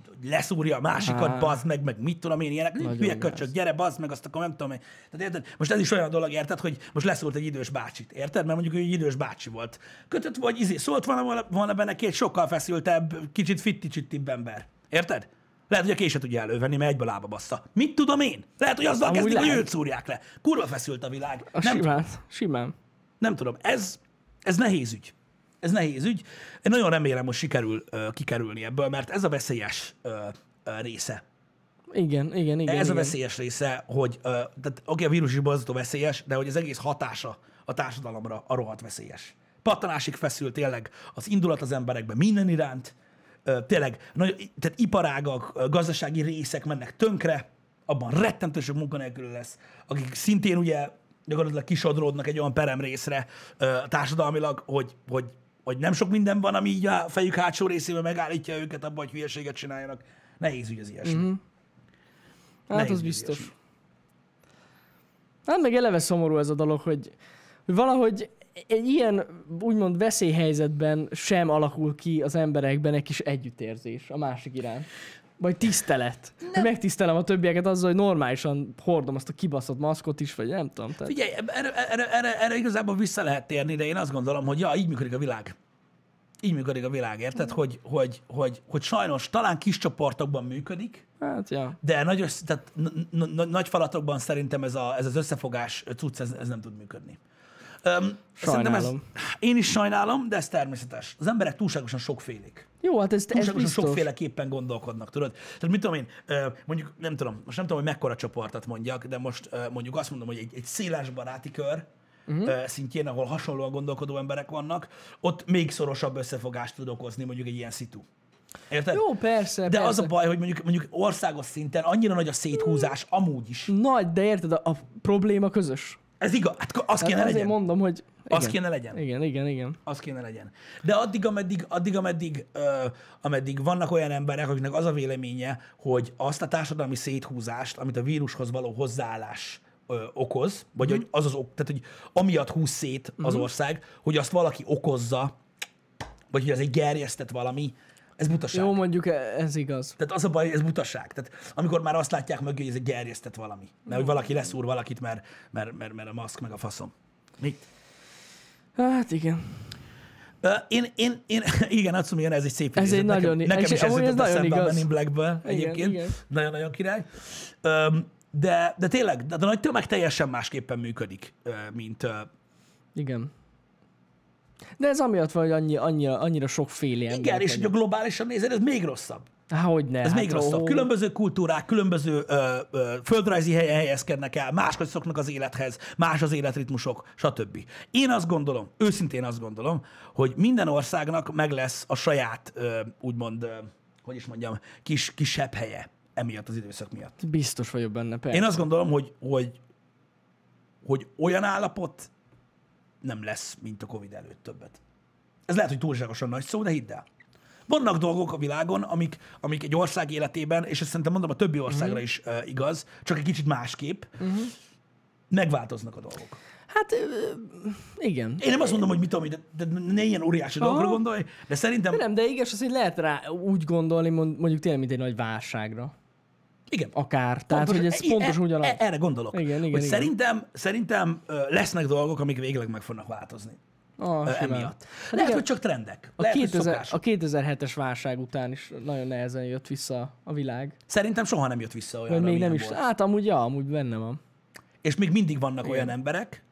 [SPEAKER 1] hogy leszúrja a másikat,
[SPEAKER 2] Á.
[SPEAKER 1] bazd meg, meg mit tudom én, ilyenek,
[SPEAKER 2] Nagyon
[SPEAKER 1] hülye
[SPEAKER 2] gáz.
[SPEAKER 1] köcsög, gyere, bazd meg, azt akkor nem tudom én. Tehát érted? Most ez is olyan dolog, érted, hogy most leszúrt egy idős bácsit, érted? Mert mondjuk ő egy idős bácsi volt. Kötött vagy, izé, szólt volna, volna- volna benne két sokkal feszültebb, kicsit fitticsittibb ember. Érted? Lehet, hogy a későt tudja elővenni, mert egyből lába bassza. Mit tudom én? Lehet, hogy azzal
[SPEAKER 2] Amúgy
[SPEAKER 1] kezdik, hogy
[SPEAKER 2] lehet.
[SPEAKER 1] őt szúrják le. Kurva feszült a világ.
[SPEAKER 2] A
[SPEAKER 1] nem
[SPEAKER 2] simán, simán.
[SPEAKER 1] nem tudom, ez, ez nehéz ügy. Ez nehéz ügy. Én nagyon remélem, hogy sikerül uh, kikerülni ebből, mert ez a veszélyes uh, uh, része.
[SPEAKER 2] Igen, igen, igen.
[SPEAKER 1] ez
[SPEAKER 2] igen.
[SPEAKER 1] a veszélyes része, hogy uh, tehát, oké, a vírus is borzasztó veszélyes, de hogy az egész hatása a társadalomra a rohadt veszélyes. Pattanásig feszül tényleg az indulat az emberekben minden iránt, uh, tényleg nagy, tehát iparágak, ö, gazdasági részek mennek tönkre, abban rettentő sok munkanélkül lesz, akik szintén ugye gyakorlatilag kisodródnak egy olyan perem részre ö, társadalmilag, hogy, hogy, hogy nem sok minden van, ami így a fejük hátsó részében megállítja őket abban, hogy hülyeséget csináljanak. Nehéz ügy az ilyesmi.
[SPEAKER 2] Hát
[SPEAKER 1] Nehéz
[SPEAKER 2] az
[SPEAKER 1] ügy
[SPEAKER 2] biztos.
[SPEAKER 1] ilyesmi.
[SPEAKER 2] Hát meg eleve szomorú ez a dolog, hogy, hogy valahogy egy ilyen úgymond veszélyhelyzetben sem alakul ki az emberekben egy kis együttérzés a másik iránt. Vagy tisztelet. Hogy megtisztelem a többieket azzal, hogy normálisan hordom azt a kibaszott maszkot is, vagy nem tudom. Tehát...
[SPEAKER 1] Figyelj, erre, erre, erre, erre igazából vissza lehet térni, de én azt gondolom, hogy ja, így működik a világ. így működik a világ, érted? Hogy, hogy, hogy, hogy sajnos talán kis csoportokban működik,
[SPEAKER 2] Hát, ja.
[SPEAKER 1] de nagy, össz, tehát n- n- n- nagy falatokban szerintem ez, a, ez az összefogás cucc, ez, ez nem tud működni. Öm, szerintem ez,
[SPEAKER 2] Sajnálom.
[SPEAKER 1] én is sajnálom, de ez természetes. Az emberek túlságosan sokfélék.
[SPEAKER 2] Jó, hát ez, ez
[SPEAKER 1] Túlságosan
[SPEAKER 2] biztos.
[SPEAKER 1] sokféleképpen gondolkodnak, tudod? Tehát mit tudom én, ö, mondjuk nem tudom, most nem tudom, hogy mekkora csoportot mondjak, de most ö, mondjuk azt mondom, hogy egy, egy széles baráti kör
[SPEAKER 2] Mhm.
[SPEAKER 1] uh-huh. szintjén, ahol hasonlóan gondolkodó emberek vannak, ott még szorosabb összefogást tud okozni mondjuk egy ilyen szitu. Érted?
[SPEAKER 2] Jó, persze,
[SPEAKER 1] De
[SPEAKER 2] persze.
[SPEAKER 1] az a baj, hogy mondjuk, mondjuk országos szinten annyira nagy a széthúzás amúgy is.
[SPEAKER 2] Nagy, de érted, a, a probléma közös.
[SPEAKER 1] Ez igaz, hát az kéne
[SPEAKER 2] Hát azért
[SPEAKER 1] legyen.
[SPEAKER 2] mondom, hogy... Igen.
[SPEAKER 1] Az kéne legyen.
[SPEAKER 2] Igen, igen, igen.
[SPEAKER 1] Az kéne legyen. De addig, ameddig, addig, ameddig, ö, ameddig vannak olyan emberek, akiknek az a véleménye, hogy azt a társadalmi széthúzást, amit a vírushoz való hozzáállás ö, okoz, vagy hogy az az ok, tehát hogy amiatt húz szét az ország, hogy azt valaki okozza, vagy hogy ez egy gerjesztett valami, ez butaság.
[SPEAKER 2] Jó, mondjuk e- ez igaz.
[SPEAKER 1] Tehát az a baj, ez butaság. Tehát amikor már azt látják mögé, hogy ez egy gerjesztett valami. Mert hogy valaki leszúr valakit, mert, mert, mert, mert a maszk meg a faszom. Mi?
[SPEAKER 2] Hát igen.
[SPEAKER 1] Ö, Én, én, én, igen, azt mondom, ez egy szép
[SPEAKER 2] Ez
[SPEAKER 1] idézet.
[SPEAKER 2] egy
[SPEAKER 1] nekem,
[SPEAKER 2] nagyon-
[SPEAKER 1] nekem
[SPEAKER 2] és
[SPEAKER 1] is ez
[SPEAKER 2] amúgy ez
[SPEAKER 1] jutott
[SPEAKER 2] nagyon
[SPEAKER 1] eszembe a
[SPEAKER 2] igaz.
[SPEAKER 1] Men in Blackből
[SPEAKER 2] Igen,
[SPEAKER 1] egyébként.
[SPEAKER 2] igen.
[SPEAKER 1] Nagyon-nagyon király. Öm, De, de tényleg, de a nagy tömeg teljesen másképpen működik, ö, mint... ö,
[SPEAKER 2] Igen. De ez amiatt van, hogy annyi, annyi, annyira sokféle ember.
[SPEAKER 1] Igen, és hogyha globálisan nézed, ez még rosszabb.
[SPEAKER 2] Hogy ne,
[SPEAKER 1] Ez
[SPEAKER 2] hát,
[SPEAKER 1] még rosszabb.
[SPEAKER 2] ó,
[SPEAKER 1] Különböző kultúrák, különböző ö, ö, földrajzi helyen helyezkednek el, máshogy szoknak az élethez, más az életritmusok, stb. Én azt gondolom, őszintén azt gondolom, hogy minden országnak meg lesz a saját, ö, úgmond, ö, hogy is mondjam, kis, kisebb helye emiatt az időszak miatt.
[SPEAKER 2] Biztos vagyok benne, persze.
[SPEAKER 1] Én azt gondolom, hogy, hogy, hogy olyan állapot nem lesz, mint a Covid előtt többet. Ez lehet, hogy túlságosan nagy szó, de hidd el. Vannak dolgok a világon, amik, amik egy ország életében, és ezt szerintem mondom a többi országra
[SPEAKER 2] Mhm.
[SPEAKER 1] uh-huh. is uh, igaz, csak egy kicsit másképp, uh-huh. megváltoznak a dolgok.
[SPEAKER 2] Hát, ö, igen.
[SPEAKER 1] Én nem azt mondom, hogy mit tudom, én, de, de ne ilyen óriási Aha. dolgokra gondolj, de szerintem,
[SPEAKER 2] De nem, de igaz, az, hogy lehet rá úgy gondolni, mond- mondjuk tényleg, mint egy nagy válságra.
[SPEAKER 1] igen.
[SPEAKER 2] Akár. Tehát, hát, hogy ez pontosan ugyanaz.
[SPEAKER 1] E, erre gondolok.
[SPEAKER 2] Igen, igen,
[SPEAKER 1] hogy
[SPEAKER 2] igen.
[SPEAKER 1] Szerintem, szerintem ö, lesznek dolgok, amik végleg meg fognak változni.
[SPEAKER 2] Ah,
[SPEAKER 1] Ö,
[SPEAKER 2] simán.
[SPEAKER 1] emiatt. Lehet,
[SPEAKER 2] igen.
[SPEAKER 1] hogy csak trendek.
[SPEAKER 2] A,
[SPEAKER 1] Lehet, hogy
[SPEAKER 2] 2000,
[SPEAKER 1] szokás.
[SPEAKER 2] a 2007-es válság után is nagyon nehezen jött vissza a világ.
[SPEAKER 1] Szerintem soha nem jött vissza olyan,
[SPEAKER 2] Vagy még
[SPEAKER 1] amilyen
[SPEAKER 2] nem is.
[SPEAKER 1] volt.
[SPEAKER 2] Hát amúgy, ja, amúgy benne van.
[SPEAKER 1] És még mindig vannak olyan emberek,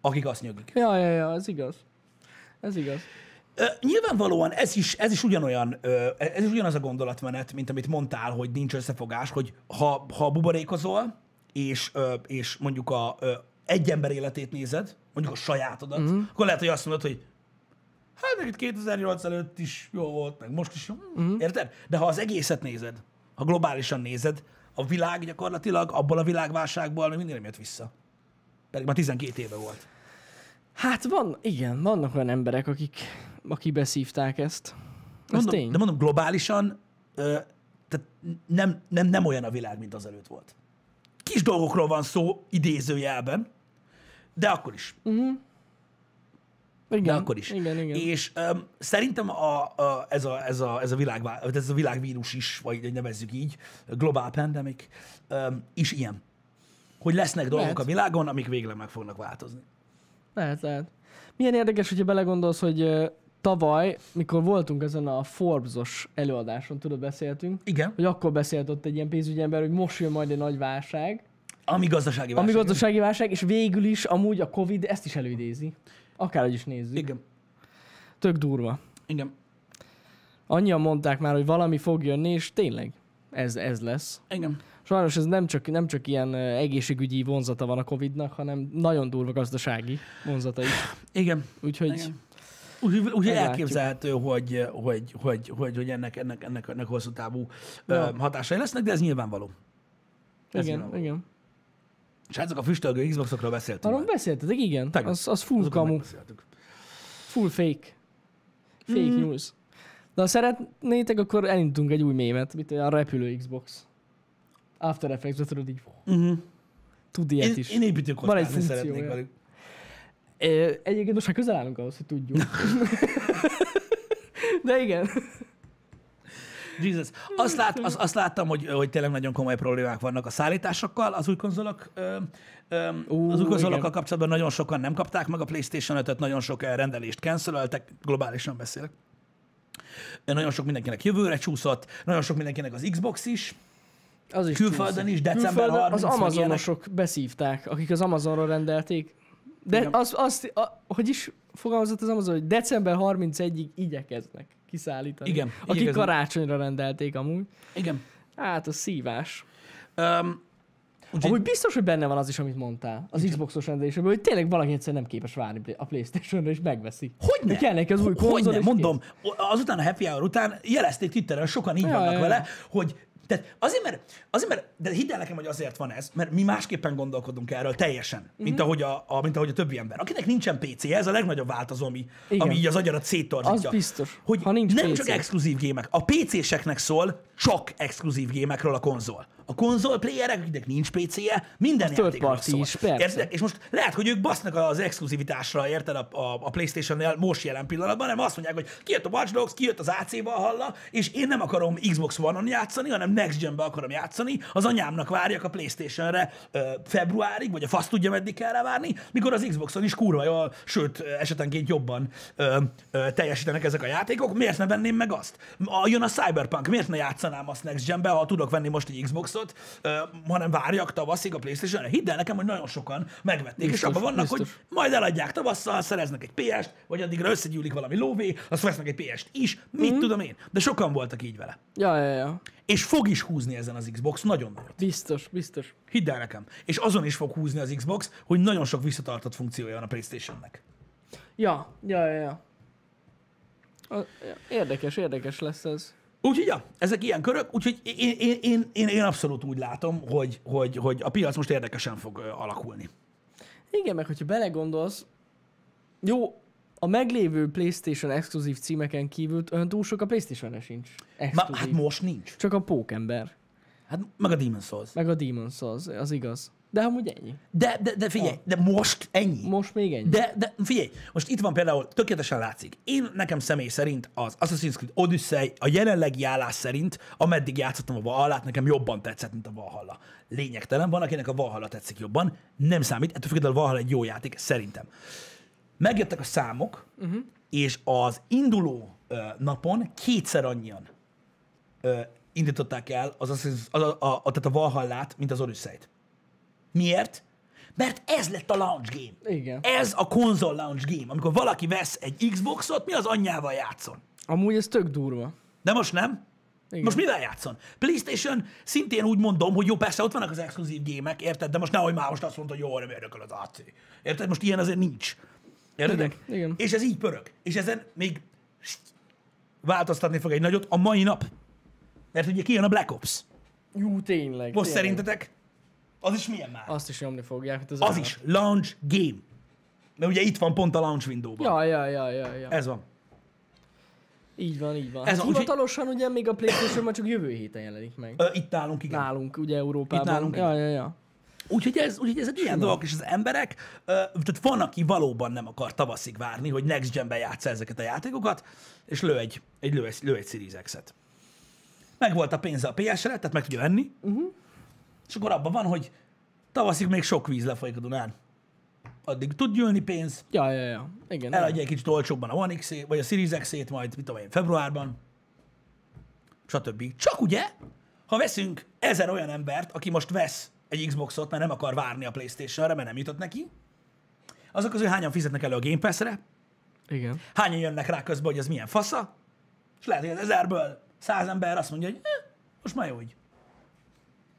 [SPEAKER 1] akik azt nyögik.
[SPEAKER 2] Ja, ja, ja, ez igaz. Ez igaz.
[SPEAKER 1] Ö, nyilvánvalóan ez is, ez is ugyanolyan, ö, ez is ugyanaz a gondolatmenet, mint amit mondtál, hogy nincs összefogás, hogy ha, ha buborékozol, és, ö, és mondjuk a ö, egy ember életét nézed, mondjuk a sajátodat, mm. akkor lehet, hogy azt mondod, hogy hát meg itt 2008 előtt is jó volt, meg most is jó. Mm. Érted? De ha az egészet nézed, ha globálisan nézed, a világ gyakorlatilag abból a világválságból még mindig nem jött vissza. Pedig már 12 éve volt.
[SPEAKER 2] Hát van, igen, vannak olyan emberek, akik, akik beszívták ezt. Ez
[SPEAKER 1] mondom,
[SPEAKER 2] tény.
[SPEAKER 1] De mondom, globálisan ö, tehát nem, nem, nem olyan a világ, mint az előtt volt. Kis dolgokról van szó idézőjelben, de akkor is.
[SPEAKER 2] igen,
[SPEAKER 1] de akkor is.
[SPEAKER 2] Igen, igen.
[SPEAKER 1] És um, szerintem a, a, ez, a, ez, a, ez, a világ, vagy ez a világvírus is, vagy hogy nevezzük így, global pandemic, um, is ilyen. Hogy lesznek dolgok
[SPEAKER 2] Lehet.
[SPEAKER 1] a világon, amik végleg meg fognak változni.
[SPEAKER 2] Lehet, lehet. Milyen érdekes, hogyha belegondolsz, hogy ö, tavaly, mikor voltunk ezen a Forbes-os előadáson, tudod, beszéltünk,
[SPEAKER 1] Igen.
[SPEAKER 2] hogy akkor beszélt ott egy ilyen pénzügyi ember, hogy most jön majd egy nagy válság,
[SPEAKER 1] Ami gazdasági
[SPEAKER 2] Ami
[SPEAKER 1] válság.
[SPEAKER 2] gazdasági válság, és végül is amúgy a Covid ezt is előidézi. Akárhogy is nézzük.
[SPEAKER 1] Igen.
[SPEAKER 2] Tök durva.
[SPEAKER 1] Igen.
[SPEAKER 2] Annyian mondták már, hogy valami fog jönni, és tényleg ez, ez lesz.
[SPEAKER 1] Igen.
[SPEAKER 2] Sajnos ez nem csak, nem csak ilyen ö, egészségügyi vonzata van a Covidnak, hanem nagyon durva gazdasági vonzata is.
[SPEAKER 1] Igen.
[SPEAKER 2] Úgyhogy
[SPEAKER 1] Igen. Úgyhogy úgy
[SPEAKER 2] Meglátjuk.
[SPEAKER 1] elképzelhető, hogy, hogy, hogy, hogy, hogy ennek, ennek, ennek, ennek hosszú távú
[SPEAKER 2] Ja.
[SPEAKER 1] ja. hatásai lesznek, de ez nyilvánvaló. Ez
[SPEAKER 2] igen,
[SPEAKER 1] nyilvánvaló.
[SPEAKER 2] igen.
[SPEAKER 1] Srácok, a füstölgő Xboxokról beszéltünk.
[SPEAKER 2] Arról
[SPEAKER 1] már.
[SPEAKER 2] beszéltetek, igen.
[SPEAKER 1] Tegnap.
[SPEAKER 2] Az, az full
[SPEAKER 1] Azokról
[SPEAKER 2] kamu,
[SPEAKER 1] megbeszéltük.
[SPEAKER 2] full fake. Fake
[SPEAKER 1] Mm.
[SPEAKER 2] news. De ha szeretnétek, akkor elindítunk egy új mémet, mint olyan repülő Xbox. After Effects, tudod így,
[SPEAKER 1] Uh-huh.
[SPEAKER 2] tud Mhm. ilyet
[SPEAKER 1] Én,
[SPEAKER 2] is.
[SPEAKER 1] én építő
[SPEAKER 2] Van egy
[SPEAKER 1] kockázni szeretnék
[SPEAKER 2] funkciója.
[SPEAKER 1] velük.
[SPEAKER 2] Ö, Egyébként most már közel állunk ahhoz, hogy tudjuk. De igen.
[SPEAKER 1] Jesus. Azt, lát, azt, azt láttam, hogy, hogy tényleg nagyon komoly problémák vannak a szállításokkal az új konzolok. Ö, ö,
[SPEAKER 2] Ú,
[SPEAKER 1] az új konzolokkal
[SPEAKER 2] igen.
[SPEAKER 1] kapcsolatban nagyon sokan nem kapták meg a PlayStation 5-öt, nagyon sok eh, rendelést cancelöltek, globálisan beszélek. Nagyon sok mindenkinek jövőre csúszott, nagyon sok mindenkinek az Xbox is,
[SPEAKER 2] Az is
[SPEAKER 1] külföldön
[SPEAKER 2] csúszik.
[SPEAKER 1] is, december
[SPEAKER 2] Külföldön
[SPEAKER 1] 30,
[SPEAKER 2] Az
[SPEAKER 1] meg
[SPEAKER 2] amazonosok beszívták, akik az Amazonról rendelték. De
[SPEAKER 1] Igen.
[SPEAKER 2] azt, azt a, hogy is fogalmazott az Amazon, hogy december 31-ig igyekeznek kiszállítani.
[SPEAKER 1] Igen,
[SPEAKER 2] Akik
[SPEAKER 1] igyekeznek.
[SPEAKER 2] karácsonyra rendelték amúgy.
[SPEAKER 1] igen.
[SPEAKER 2] Hát, a szívás.
[SPEAKER 1] Um, úgyhogy
[SPEAKER 2] Amúgy biztos, hogy benne van az is, amit mondtál, az Xboxos rendeléseből, hogy tényleg valaki egyszerűen nem képes várni a Playstation-ra, és megveszi.
[SPEAKER 1] Hogyne?
[SPEAKER 2] Hogy kell neki az új konzol,
[SPEAKER 1] Hogyne,
[SPEAKER 2] és
[SPEAKER 1] mondom, azután a happy hour után jelezték Twitteren, sokan így
[SPEAKER 2] Ja,
[SPEAKER 1] vannak
[SPEAKER 2] ja, ja.
[SPEAKER 1] vele, hogy tehát azért, mert, azért, mert, de hidd el nekem, hogy azért van ez, mert mi másképpen gondolkodunk erről teljesen, uh-huh.
[SPEAKER 2] Mhm.
[SPEAKER 1] mint, ahogy a, a, mint ahogy a többi ember. Akinek nincsen PC, ez a legnagyobb változó, ami,
[SPEAKER 2] Igen.
[SPEAKER 1] ami így az agyarat széttorzítja.
[SPEAKER 2] Az biztos.
[SPEAKER 1] Hogy
[SPEAKER 2] Ha nincs
[SPEAKER 1] nem
[SPEAKER 2] PC.
[SPEAKER 1] csak exkluzív gémek. A PC-seknek szól csak exkluzív gémekről a konzol. A konzol playerek, akiknek nincs PC-je, minden
[SPEAKER 2] third
[SPEAKER 1] játékról
[SPEAKER 2] party
[SPEAKER 1] szól.
[SPEAKER 2] is, persze.
[SPEAKER 1] Érted? És most lehet, hogy ők basznak az exkluzivitásra, érted, a, a, a PlayStation-nél most jelen pillanatban, hanem azt mondják, hogy kijött a Watch Dogs, kijött az AC-val halla, és én nem akarom Xbox One-on játszani, hanem Next Gen-be akarom játszani, az anyámnak várjak a PlayStation-re ö, februárig, vagy a fasz tudja, meddig kell rá várni, mikor az Xboxon is kurva jól, sőt, ö, esetenként jobban ö, ö, teljesítenek ezek a játékok, miért ne venném meg azt? A, jön a Cyberpunk, miért ne játszanám azt Next Gen-be, ha tudok venni most egy Xboxot, ö, hanem várjak tavaszig a Playstation-re? Hidd el nekem, hogy nagyon sokan megvették, és
[SPEAKER 2] Biztos,
[SPEAKER 1] abban vannak,
[SPEAKER 2] biztos.
[SPEAKER 1] hogy majd eladják tavasszal, szereznek egy PS-t, vagy addigra összegyűlik valami lóvé, azt vesznek egy PS-t is,
[SPEAKER 2] Mhm.
[SPEAKER 1] mit tudom én. De sokan voltak így vele.
[SPEAKER 2] Ja, ja, ja.
[SPEAKER 1] És fog is húzni ezen az Xbox nagyon nagyot.
[SPEAKER 2] Biztos, biztos.
[SPEAKER 1] Hidd el nekem. És azon is fog húzni az Xbox, hogy nagyon sok visszatartott funkciója van a Playstation-nek.
[SPEAKER 2] Ja, ja, ja, ja. A- ja. Érdekes, érdekes lesz ez.
[SPEAKER 1] Úgyhogy ja, ezek ilyen körök, úgyhogy én, én, én, én, én abszolút úgy látom, hogy, hogy, hogy a piac most érdekesen fog ö, alakulni.
[SPEAKER 2] Igen, meg hogyha belegondolsz, jó, a meglévő PlayStation exkluzív címeken kívül olyan túl sok a PlayStation-re sincs.
[SPEAKER 1] Ma,
[SPEAKER 2] Exkluzív.
[SPEAKER 1] hát most nincs.
[SPEAKER 2] Csak a Pókember,
[SPEAKER 1] Hát meg a Demon's Souls.
[SPEAKER 2] meg a Demon's Souls, az igaz. De amúgy ennyi.
[SPEAKER 1] De, de, de figyelj, de most ennyi.
[SPEAKER 2] Most még ennyi.
[SPEAKER 1] De, de figyelj, most itt van például, tökéletesen látszik. Én nekem személy szerint az Assassin's Creed Odyssey a jelenlegi állás szerint, ameddig játszottam a Valhallát, nekem jobban tetszett, mint a Valhalla. Lényegtelen, van akinek a Valhalla tetszik jobban, nem számít, ettől függetlenül a Valhalla egy jó játék, szerintem. Megjöttek a számok, uh-huh. és az induló ö, napon kétszer annyian ö, indították el az, az, az a, a, a, tehát a Valhallát, mint az Odyssey-t. Miért? Mert ez lett a launch game.
[SPEAKER 2] Igen.
[SPEAKER 1] Ez a konzol launch game. Amikor valaki vesz egy Xboxot, mi az anyjával játszon?
[SPEAKER 2] Amúgy ez tök durva.
[SPEAKER 1] De most nem. Igen. Most mivel játszon? PlayStation szintén úgy mondom, hogy jó, persze ott vannak az exkluzív gémek, érted? De most nehogy már most azt mondta, hogy jó, nem érdekel az AC. Érted? Most ilyen azért nincs. Értedek?
[SPEAKER 2] Igen, igen.
[SPEAKER 1] És ez így pörög. És ezen még változtatni fog egy nagyot a mai nap. Mert ugye kijön a Black Ops.
[SPEAKER 2] Jú, tényleg.
[SPEAKER 1] Most
[SPEAKER 2] tényleg.
[SPEAKER 1] szerintetek az is milyen már?
[SPEAKER 2] Azt is nyomni fogják, hogy az
[SPEAKER 1] Az
[SPEAKER 2] állat.
[SPEAKER 1] is. Launch game. Mert ugye itt van pont a launch windowban.
[SPEAKER 2] Ja, ja, ja, ja, ja.
[SPEAKER 1] Ez van.
[SPEAKER 2] Így van, így van.
[SPEAKER 1] Ez
[SPEAKER 2] Ez
[SPEAKER 1] a-
[SPEAKER 2] hát
[SPEAKER 1] úgyhogy-
[SPEAKER 2] hivatalosan ugye még a Playstation már csak jövő héten jelenik meg.
[SPEAKER 1] Ö, Itt nálunk, igen.
[SPEAKER 2] Nálunk, ugye Európában.
[SPEAKER 1] Itt nálunk,
[SPEAKER 2] ja, ja, ja.
[SPEAKER 1] Úgyhogy, ez, úgyhogy ezek ilyen dolgok, és az emberek, ö, tehát van, aki valóban nem akar tavaszig várni, hogy Next Gen-ben játsza ezeket a játékokat, és lő egy, egy, lő egy, lő egy Series X-et. Meg volt a pénze a PS-re, tehát meg tudja venni, uh-huh. és akkor abban van, hogy tavaszig még sok víz lefolyik a Dunán. Addig tud gyűlni pénz,
[SPEAKER 2] Ja, ja, ja. Igen.
[SPEAKER 1] eladja egy kicsit olcsóbban a One x vagy a Series X-ét majd, mit tudom én, februárban, stb. Csak ugye, ha veszünk ezer olyan embert, aki most vesz egy Xboxot, mert nem akar várni a Playstation-re, mert nem jutott neki, azok közül hányan fizetnek elő a Game Pass-re,
[SPEAKER 2] Igen.
[SPEAKER 1] hányan jönnek rá közben, hogy ez milyen fasza, és lehet, hogy az ezerből száz ember azt mondja, hogy eh, most már jó így.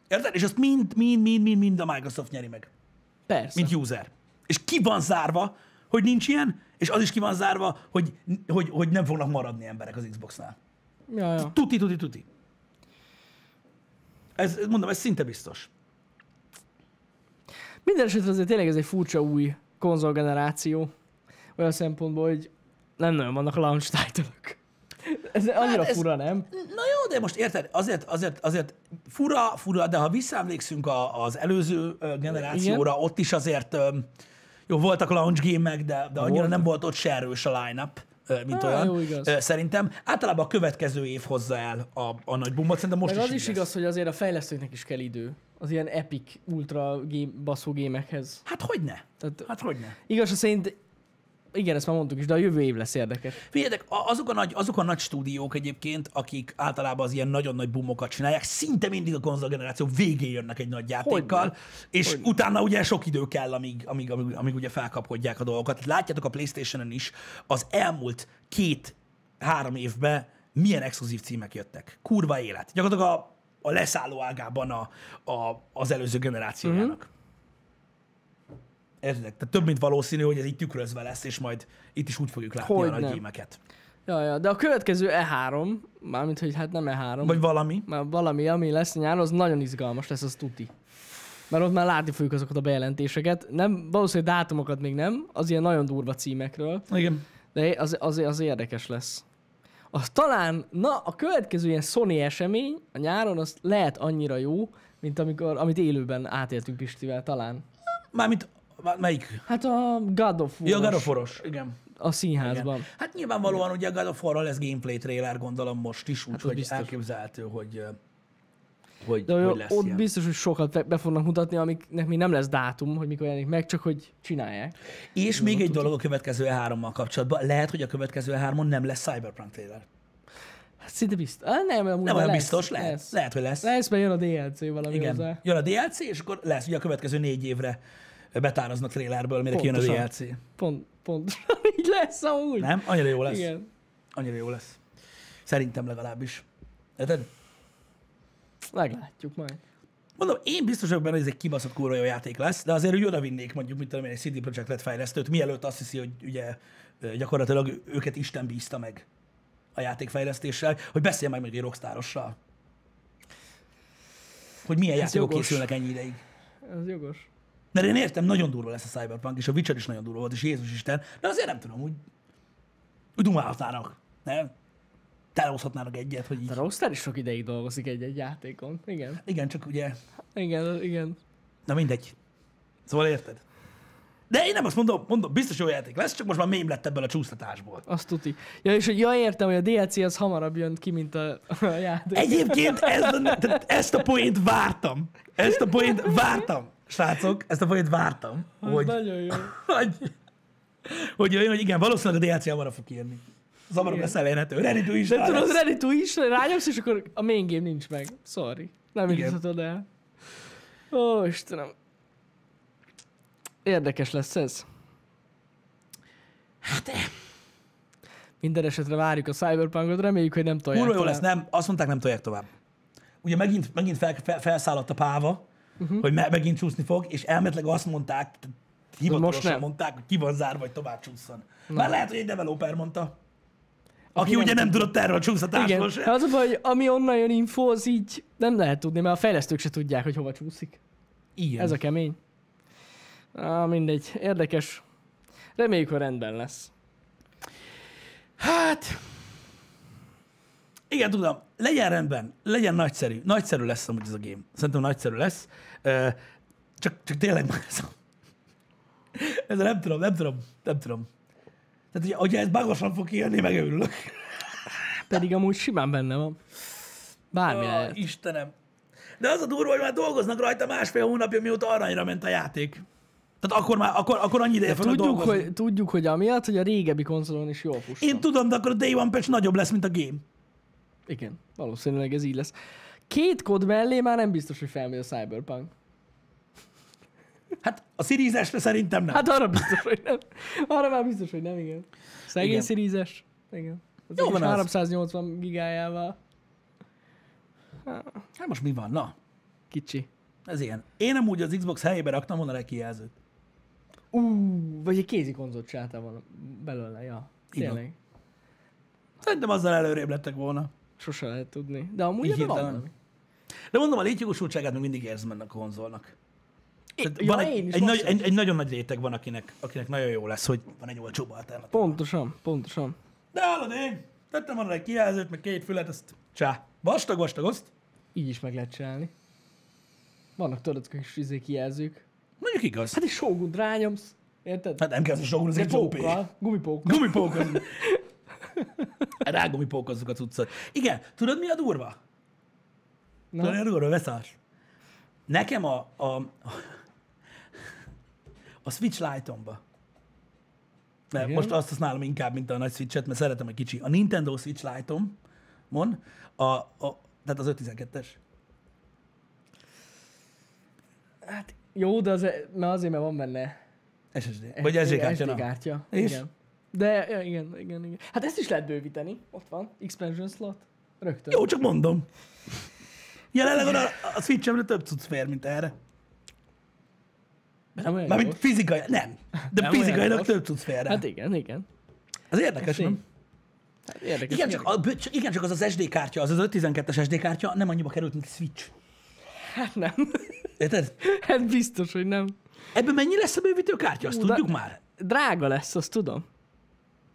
[SPEAKER 1] Érted? És azt mind, mind, mind, mind, mind a Microsoft nyeri meg
[SPEAKER 2] Persze.
[SPEAKER 1] mint user. És ki van zárva, hogy nincs ilyen, és az is ki van zárva, hogy, hogy, hogy nem fognak maradni emberek az Xboxnál.
[SPEAKER 2] Ja, ja.
[SPEAKER 1] Tuti, tuti, tuti. Ez, ez mondom, ez szinte biztos.
[SPEAKER 2] Minden esetre azért tényleg ez egy furcsa új konzolgeneráció. Olyan szempontból, hogy nem nagyon vannak launch title Ez annyira
[SPEAKER 1] ez-
[SPEAKER 2] Hát ez... fura, nem?
[SPEAKER 1] Na jó, de most érted, azért, azért, azért fura, fura, de ha visszaemlékszünk a, az előző ö, generációra, ott is azért, ö, jó, voltak launch gémek, de, de annyira
[SPEAKER 2] Voltak.
[SPEAKER 1] nem volt ott se erős a line-up. Ö, ö, mint
[SPEAKER 2] Á,
[SPEAKER 1] olyan.
[SPEAKER 2] jó, igaz.
[SPEAKER 1] Ö, Szerintem általában a következő év hozza el a, a nagy bumot, szerintem most
[SPEAKER 2] Meg az
[SPEAKER 1] így
[SPEAKER 2] is
[SPEAKER 1] lesz.
[SPEAKER 2] igaz, hogy azért a fejlesztőknek is kell idő. Az ilyen epic, ultra game, baszó gémekhez.
[SPEAKER 1] Hát hogy ne?
[SPEAKER 2] Tehát
[SPEAKER 1] Hát hogy ne?
[SPEAKER 2] igaz, szerint igen, ezt már mondtuk is, de a jövő év lesz érdekes.
[SPEAKER 1] Figyeljetek, a- azok a, nagy, azok a nagy stúdiók egyébként, akik általában az ilyen nagyon nagy bumokat csinálják, szinte mindig a konzolgeneráció végén jönnek egy nagy játékkal,
[SPEAKER 2] Hogyne.
[SPEAKER 1] és utána ugye sok idő kell, amíg, amíg, amíg, amíg ugye felkapkodják a dolgokat. Látjátok a Playstation-en is az elmúlt két-három évben milyen exkluzív címek jöttek. Kurva élet. Gyakorlatilag a, a leszálló ágában a, a, az előző
[SPEAKER 2] Mhm.
[SPEAKER 1] generációjának. Értedek? Tehát több mint valószínű, hogy ez így tükrözve lesz, és majd itt is úgy fogjuk látni a
[SPEAKER 2] Hogyne.
[SPEAKER 1] nagy gémeket.
[SPEAKER 2] Ja, ja, de a következő E3, mármint, hogy hát nem E3,
[SPEAKER 1] Vagy valami.
[SPEAKER 2] már valami, ami lesz nyáron, az nagyon izgalmas lesz, az tuti. Mert ott már látni fogjuk azokat a bejelentéseket. Nem, valószínűleg dátumokat még nem, az ilyen nagyon durva címekről,
[SPEAKER 1] Igen.
[SPEAKER 2] de az, az, az érdekes lesz. Az talán, na, a következő ilyen Sony esemény a nyáron az lehet annyira jó, mint amikor, amit élőben átéltünk Pistivel talán.
[SPEAKER 1] Mármint már melyik?
[SPEAKER 2] Hát a God of War
[SPEAKER 1] Ja, Garoforos. Igen.
[SPEAKER 2] a
[SPEAKER 1] igen.
[SPEAKER 2] színházban.
[SPEAKER 1] Hát nyilvánvalóan ugye a God of War-ral lesz gameplay trailer, gondolom most is,
[SPEAKER 2] az
[SPEAKER 1] úgyhogy
[SPEAKER 2] Hát, biztos.
[SPEAKER 1] elképzelhető, hogy, ö, hogy,
[SPEAKER 2] De
[SPEAKER 1] hogy
[SPEAKER 2] hogy
[SPEAKER 1] lesz
[SPEAKER 2] ott
[SPEAKER 1] ilyen.
[SPEAKER 2] biztos, hogy sokat be- be fognak mutatni, amiknek még nem lesz dátum, hogy mikor jelenik meg, csak hogy csinálják.
[SPEAKER 1] És még egy dolog a következő E3-mal kapcsolatban. Lehet, hogy a következő E3-on nem lesz Cyberpunk trailer.
[SPEAKER 2] Hát szinte biztos. Ah, nem, amúgy
[SPEAKER 1] Nem
[SPEAKER 2] már
[SPEAKER 1] olyan
[SPEAKER 2] lesz,
[SPEAKER 1] biztos, lehet.
[SPEAKER 2] Lesz.
[SPEAKER 1] Lehet, hogy lesz.
[SPEAKER 2] Lesz, mert jön a DLC valami Igen.
[SPEAKER 1] Igen.
[SPEAKER 2] hozzá.
[SPEAKER 1] Jön a DLC, és akkor lesz. Ugye a következő négy évre betároznak trailerből, mire kijön a
[SPEAKER 2] Pontosan.
[SPEAKER 1] DLC.
[SPEAKER 2] Pont, pont. Így lesz amúgy.
[SPEAKER 1] Nem? Annyira jó lesz.
[SPEAKER 2] Igen.
[SPEAKER 1] Annyira jó lesz. Szerintem legalábbis. Érted?
[SPEAKER 2] Meglátjuk majd.
[SPEAKER 1] Mondom, én biztos vagyok benne, hogy ez egy kibaszott kurva jó játék lesz, de azért úgy odavinnék mondjuk, mint tudom én, egy CD Projekt Red fejlesztőt, mielőtt azt hiszi, hogy ugye ö, gyakorlatilag őket Isten bízta meg a játékfejlesztéssel, hogy beszél meg mondjuk egy rockstárossal. Hogy milyen
[SPEAKER 2] Ez
[SPEAKER 1] játékok
[SPEAKER 2] Hát jogos.
[SPEAKER 1] készülnek ennyi ideig.
[SPEAKER 2] Ez jogos.
[SPEAKER 1] Mert én értem, nagyon durva lesz a Cyberpunk, és a Witcher is nagyon durva volt, és Jézus Isten, de azért nem tudom, úgy, úgy dumálhatnának, nem? Telehozhatnának egyet, hogy így.
[SPEAKER 2] A Rockstar is sok ideig dolgozik egy-egy játékon. Igen.
[SPEAKER 1] Igen, csak ugye
[SPEAKER 2] Igen, igen.
[SPEAKER 1] Na mindegy. Szóval érted? De én nem azt mondom, mondom, biztos jó játék lesz, csak most már mém lett ebből a csúsztatásból.
[SPEAKER 2] Azt tuti. Ja, és hogy ja, értem, hogy a DLC az hamarabb jön ki, mint a, a játék.
[SPEAKER 1] Egyébként ez, tehát ezt a poént vártam. Ezt a poént vártam, srácok, ezt a poént vártam,
[SPEAKER 2] Az
[SPEAKER 1] hogy,
[SPEAKER 2] Nagyon jó.
[SPEAKER 1] hogy, hogy jöjjön, hogy igen, valószínűleg a DLC hamarabb fog kijönni. Zamarom lesz elérhető. Ready to is
[SPEAKER 2] De tudod, ready to is, rányomsz, és akkor a main game nincs meg. Sorry. Nem
[SPEAKER 1] Igen.
[SPEAKER 2] indíthatod el. Ó, Istenem. Érdekes lesz ez.
[SPEAKER 1] Hát, eh,
[SPEAKER 2] Minden esetre várjuk a Cyberpunkot, reméljük, hogy nem tolják.
[SPEAKER 1] kurva jó lesz,
[SPEAKER 2] tovább.
[SPEAKER 1] nem? Azt mondták, nem tolják tovább. Ugye megint, megint fel, fel, felszállott a páva,
[SPEAKER 2] Mhm.
[SPEAKER 1] uh-huh. hogy me, megint csúszni fog, és elméletileg azt mondták, t- hivatalosan
[SPEAKER 2] nem.
[SPEAKER 1] mondták, hogy ki van zárva, hogy tovább csúszson. Már lehet, hogy egy developer mondta. Aki
[SPEAKER 2] nem
[SPEAKER 1] ugye nem tudott erről a
[SPEAKER 2] Igen,
[SPEAKER 1] csúszatásról
[SPEAKER 2] hát
[SPEAKER 1] sem.
[SPEAKER 2] az a baj, hogy ami onnan jön info, az így nem lehet tudni, mert a fejlesztők se tudják, hogy hova csúszik.
[SPEAKER 1] Igen.
[SPEAKER 2] Ez a kemény. Á, mindegy, érdekes. Reméljük, hogy rendben lesz.
[SPEAKER 1] Hát... Igen, tudom. Legyen rendben. Legyen nagyszerű. Nagyszerű lesz amúgy ez a game. Szerintem nagyszerű lesz. Ö, Csak, csak tényleg már ez a... Ez a nem tudom, nem tudom, nem tudom. Tehát, ugye, hogyha ez bagosan fog kijönni, megőrülök.
[SPEAKER 2] Pedig amúgy simán benne van. Bármi
[SPEAKER 1] Ó,
[SPEAKER 2] lehet.
[SPEAKER 1] Istenem. De az a durva, hogy már dolgoznak rajta másfél hónapja, mióta aranyra ment a játék. Tehát akkor már, akkor, akkor annyi ideje fognak
[SPEAKER 2] Tudjuk
[SPEAKER 1] dolgozni.
[SPEAKER 2] hogy, tudjuk, hogy amiatt, hogy a régebbi konzolon is jól fusson.
[SPEAKER 1] Én tudom, de akkor a Day One patch nagyobb lesz, mint a game.
[SPEAKER 2] Igen, valószínűleg ez így lesz. Két kód mellé már nem biztos, hogy felmegy a Cyberpunk.
[SPEAKER 1] Hát a Series S-re szerintem nem.
[SPEAKER 2] Hát arra biztos, hogy nem. Arra már biztos, hogy nem, igen. Szegény
[SPEAKER 1] Igen.
[SPEAKER 2] Series-es. Igen. Az
[SPEAKER 1] Jó
[SPEAKER 2] Jó van
[SPEAKER 1] van az.
[SPEAKER 2] 380 gigájával.
[SPEAKER 1] hát most mi van? Na,
[SPEAKER 2] Kicsi.
[SPEAKER 1] Ez ilyen. Én amúgy az Xbox helyébe raktam volna le kijelzőt.
[SPEAKER 2] Ú, vagy egy kézi konzolt csináltál volna belőle, ja.
[SPEAKER 1] Igen.
[SPEAKER 2] Tényleg.
[SPEAKER 1] Szerintem azzal előrébb lettek volna.
[SPEAKER 2] Sose lehet tudni. De amúgy
[SPEAKER 1] Így
[SPEAKER 2] ebben van
[SPEAKER 1] hirtelen.
[SPEAKER 2] valami.
[SPEAKER 1] De mondom, a létjogosultságát még mindig érzem ennek a konzolnak. Tehát
[SPEAKER 2] ja,
[SPEAKER 1] van
[SPEAKER 2] én
[SPEAKER 1] egy,
[SPEAKER 2] is
[SPEAKER 1] egy,
[SPEAKER 2] most
[SPEAKER 1] nagy,
[SPEAKER 2] érzem.
[SPEAKER 1] egy, egy, nagyon nagy réteg van, akinek, akinek nagyon jó lesz, hogy van egy olcsóbb alternatíva.
[SPEAKER 2] Pontosan, pontosan.
[SPEAKER 1] De hallod, én tettem arra egy kijelzőt, meg két fület, ezt csá. Vastag, vastag, azt.
[SPEAKER 2] Így is meg lehet csinálni. Vannak tudod, kis izé kijelzők.
[SPEAKER 1] Mondjuk igaz.
[SPEAKER 2] Hát egy Shogun rányomsz. Érted?
[SPEAKER 1] Hát nem kell az a Shogun, az
[SPEAKER 2] De
[SPEAKER 1] Hát egy OP.
[SPEAKER 2] pókkal, gumipókkal.
[SPEAKER 1] Gumipók. az- rágumipókozzuk a cuccot. Igen, tudod mi a durva?
[SPEAKER 2] Na.
[SPEAKER 1] Tudod mi a durva? Veszás. Nekem a, a, a Switch Lite-omba, mert
[SPEAKER 2] Igen.
[SPEAKER 1] Igen? most azt használom inkább, mint a nagy Switch-et, mert szeretem a kicsi. A Nintendo Switch Lite-om, mon, a, a, tehát az 512-es.
[SPEAKER 2] Hát jó, de az, mert azért, mert van benne Eh,
[SPEAKER 1] SSD. Vagy SD kártya.
[SPEAKER 2] SD
[SPEAKER 1] na.
[SPEAKER 2] kártya.
[SPEAKER 1] És?
[SPEAKER 2] Igen. De ja, igen, igen, igen. Hát ezt is lehet bővíteni. Ott van. Expansion slot. Rögtön.
[SPEAKER 1] Jó, csak mondom. Jelenleg oda a switch több cucc fér, mint erre.
[SPEAKER 2] Nem olyan
[SPEAKER 1] Mármint
[SPEAKER 2] gyors.
[SPEAKER 1] fizikai, nem. De
[SPEAKER 2] Nem
[SPEAKER 1] nem
[SPEAKER 2] olyan
[SPEAKER 1] fizikailag
[SPEAKER 2] gyors.
[SPEAKER 1] több cucc fér rá.
[SPEAKER 2] Hát
[SPEAKER 1] Hát,
[SPEAKER 2] igen, igen.
[SPEAKER 1] az érdekes,
[SPEAKER 2] Tény.
[SPEAKER 1] nem?
[SPEAKER 2] Hát érdekes.
[SPEAKER 1] Igen csak, a, bő- csak- igen, csak az az SD kártya, az az 512-es SD kártya nem annyiba került, mint a Switch.
[SPEAKER 2] Hát nem.
[SPEAKER 1] Érted?
[SPEAKER 2] hát biztos, hogy nem.
[SPEAKER 1] Ebben mennyi lesz a bővítő kártya? Azt
[SPEAKER 2] Ú, de-
[SPEAKER 1] tudjuk már.
[SPEAKER 2] Drága lesz, azt tudom.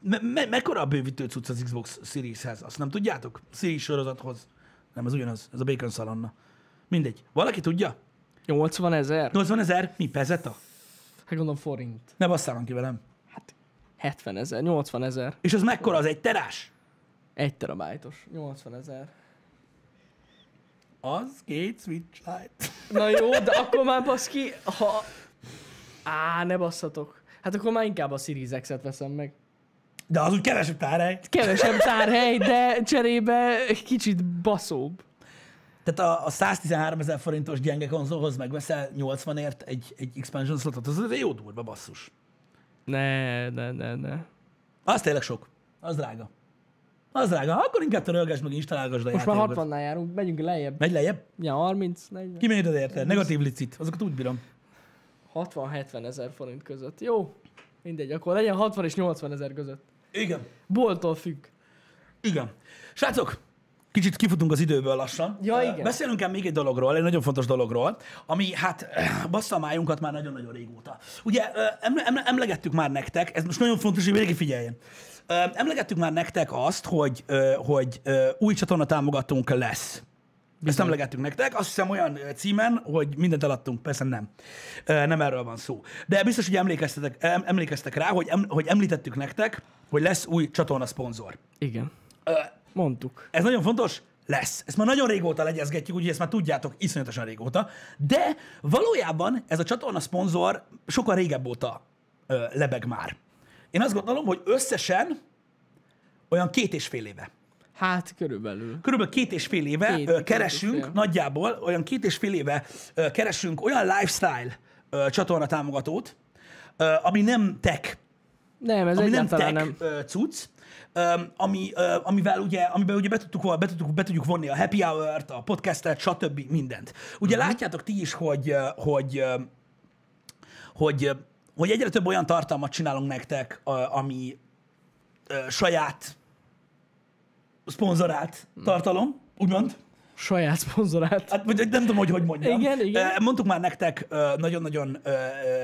[SPEAKER 1] Me- me- mekkora a bővítő cucc az Xbox Series-hez? Azt nem tudjátok? Series sorozathoz. Nem, az ugyanaz. Ez a Bacon Salonna. Mindegy. Valaki tudja?
[SPEAKER 2] 80 ezer?
[SPEAKER 1] 80 ezer? Mi? Pezeta?
[SPEAKER 2] Hát gondolom forint.
[SPEAKER 1] Ne basszálan ki velem.
[SPEAKER 2] Hát 70 ezer, 80 ezer.
[SPEAKER 1] És az mekkora? Az egy terás?
[SPEAKER 2] Egy terabájtos. 80 ezer.
[SPEAKER 1] Az két Switch Lite.
[SPEAKER 2] Na jó, de akkor már baszki, ha... Á, ne basszatok. Hát akkor már inkább a Series X-et veszem meg.
[SPEAKER 1] De az úgy eh? kevesebb tárhely.
[SPEAKER 2] Kevesebb tárhely, de cserébe egy kicsit baszóbb.
[SPEAKER 1] Tehát a, a 113 ezer forintos gyenge konzolhoz megveszel 80-ért egy, egy expansion slotot, az azért jó durva basszus.
[SPEAKER 2] Ne, ne, ne, ne.
[SPEAKER 1] Az tényleg sok. Az drága. Az drága. Akkor inkább törölgess meg, installálgass le
[SPEAKER 2] Most már 60-nál járunk, megyünk lejjebb.
[SPEAKER 1] Megy lejjebb?
[SPEAKER 2] Ja, 30, 40,
[SPEAKER 1] Kimérted érte? Negatív licit. Azokat úgy bírom.
[SPEAKER 2] 60-70 ezer forint között. Jó, mindegy, akkor legyen 60 és 80 ezer között.
[SPEAKER 1] Igen.
[SPEAKER 2] Bolttól függ.
[SPEAKER 1] Igen. Srácok, kicsit kifutunk az időből lassan.
[SPEAKER 2] Ja,
[SPEAKER 1] Ö,
[SPEAKER 2] igen.
[SPEAKER 1] Beszélünk el még egy dologról, egy nagyon fontos dologról, ami hát ö, bassza a májunkat már nagyon-nagyon régóta. Ugye ö, emle- emle- emlegettük már nektek, ez most nagyon fontos, hogy mindenki figyeljen. Ö, Emlegettük már nektek azt, hogy, ö, hogy ö, új csatorna támogatónk lesz. Ezt emlegettük nektek, azt hiszem olyan ö, címen, hogy mindent eladtunk, persze nem. Ö, Nem erről van szó. De biztos, hogy emlékeztetek, em- emlékeztek rá, hogy, em, hogy említettük nektek, hogy lesz új csatorna szponzor.
[SPEAKER 2] Igen.
[SPEAKER 1] Ö,
[SPEAKER 2] Mondtuk.
[SPEAKER 1] ez nagyon fontos? Lesz. Ezt már nagyon régóta legyezgetjük, úgyhogy ezt már tudjátok, iszonyatosan régóta. De valójában ez a csatorna szponzor sokkal régebb óta ö, lebeg már. Én azt gondolom, hogy összesen olyan két és fél éve.
[SPEAKER 2] Hát körülbelül.
[SPEAKER 1] Körülbelül két és fél éve
[SPEAKER 2] Két,
[SPEAKER 1] két, ö,
[SPEAKER 2] két
[SPEAKER 1] keresünk,
[SPEAKER 2] és fél.
[SPEAKER 1] nagyjából olyan két és fél éve ö, keresünk olyan lifestyle ö, csatorna támogatót, ö, ami nem tech
[SPEAKER 2] Nem, ez
[SPEAKER 1] ami nem
[SPEAKER 2] egyáltalán
[SPEAKER 1] tech
[SPEAKER 2] nem.
[SPEAKER 1] nem. cucc, öm, ami, ö, amivel ugye, amiben ugye be tudtuk, vol- be, tudtuk, be tudjuk vonni a happy hour-t, a podcastet, stb. mindent. Ugye uh-huh.
[SPEAKER 2] Mhm.
[SPEAKER 1] látjátok ti is, hogy, ö, hogy, ö, hogy, ö, hogy egyre több olyan tartalmat csinálunk nektek, ö, ami ö, saját szponzorált
[SPEAKER 2] Mhm.
[SPEAKER 1] tartalom, úgymond.
[SPEAKER 2] Saját szponzorát.
[SPEAKER 1] Hát, vagy, vagy nem tudom, hogy hogy mondjam.
[SPEAKER 2] Igen, igen.
[SPEAKER 1] Eh, Mondtuk már nektek eh, nagyon-nagyon eh,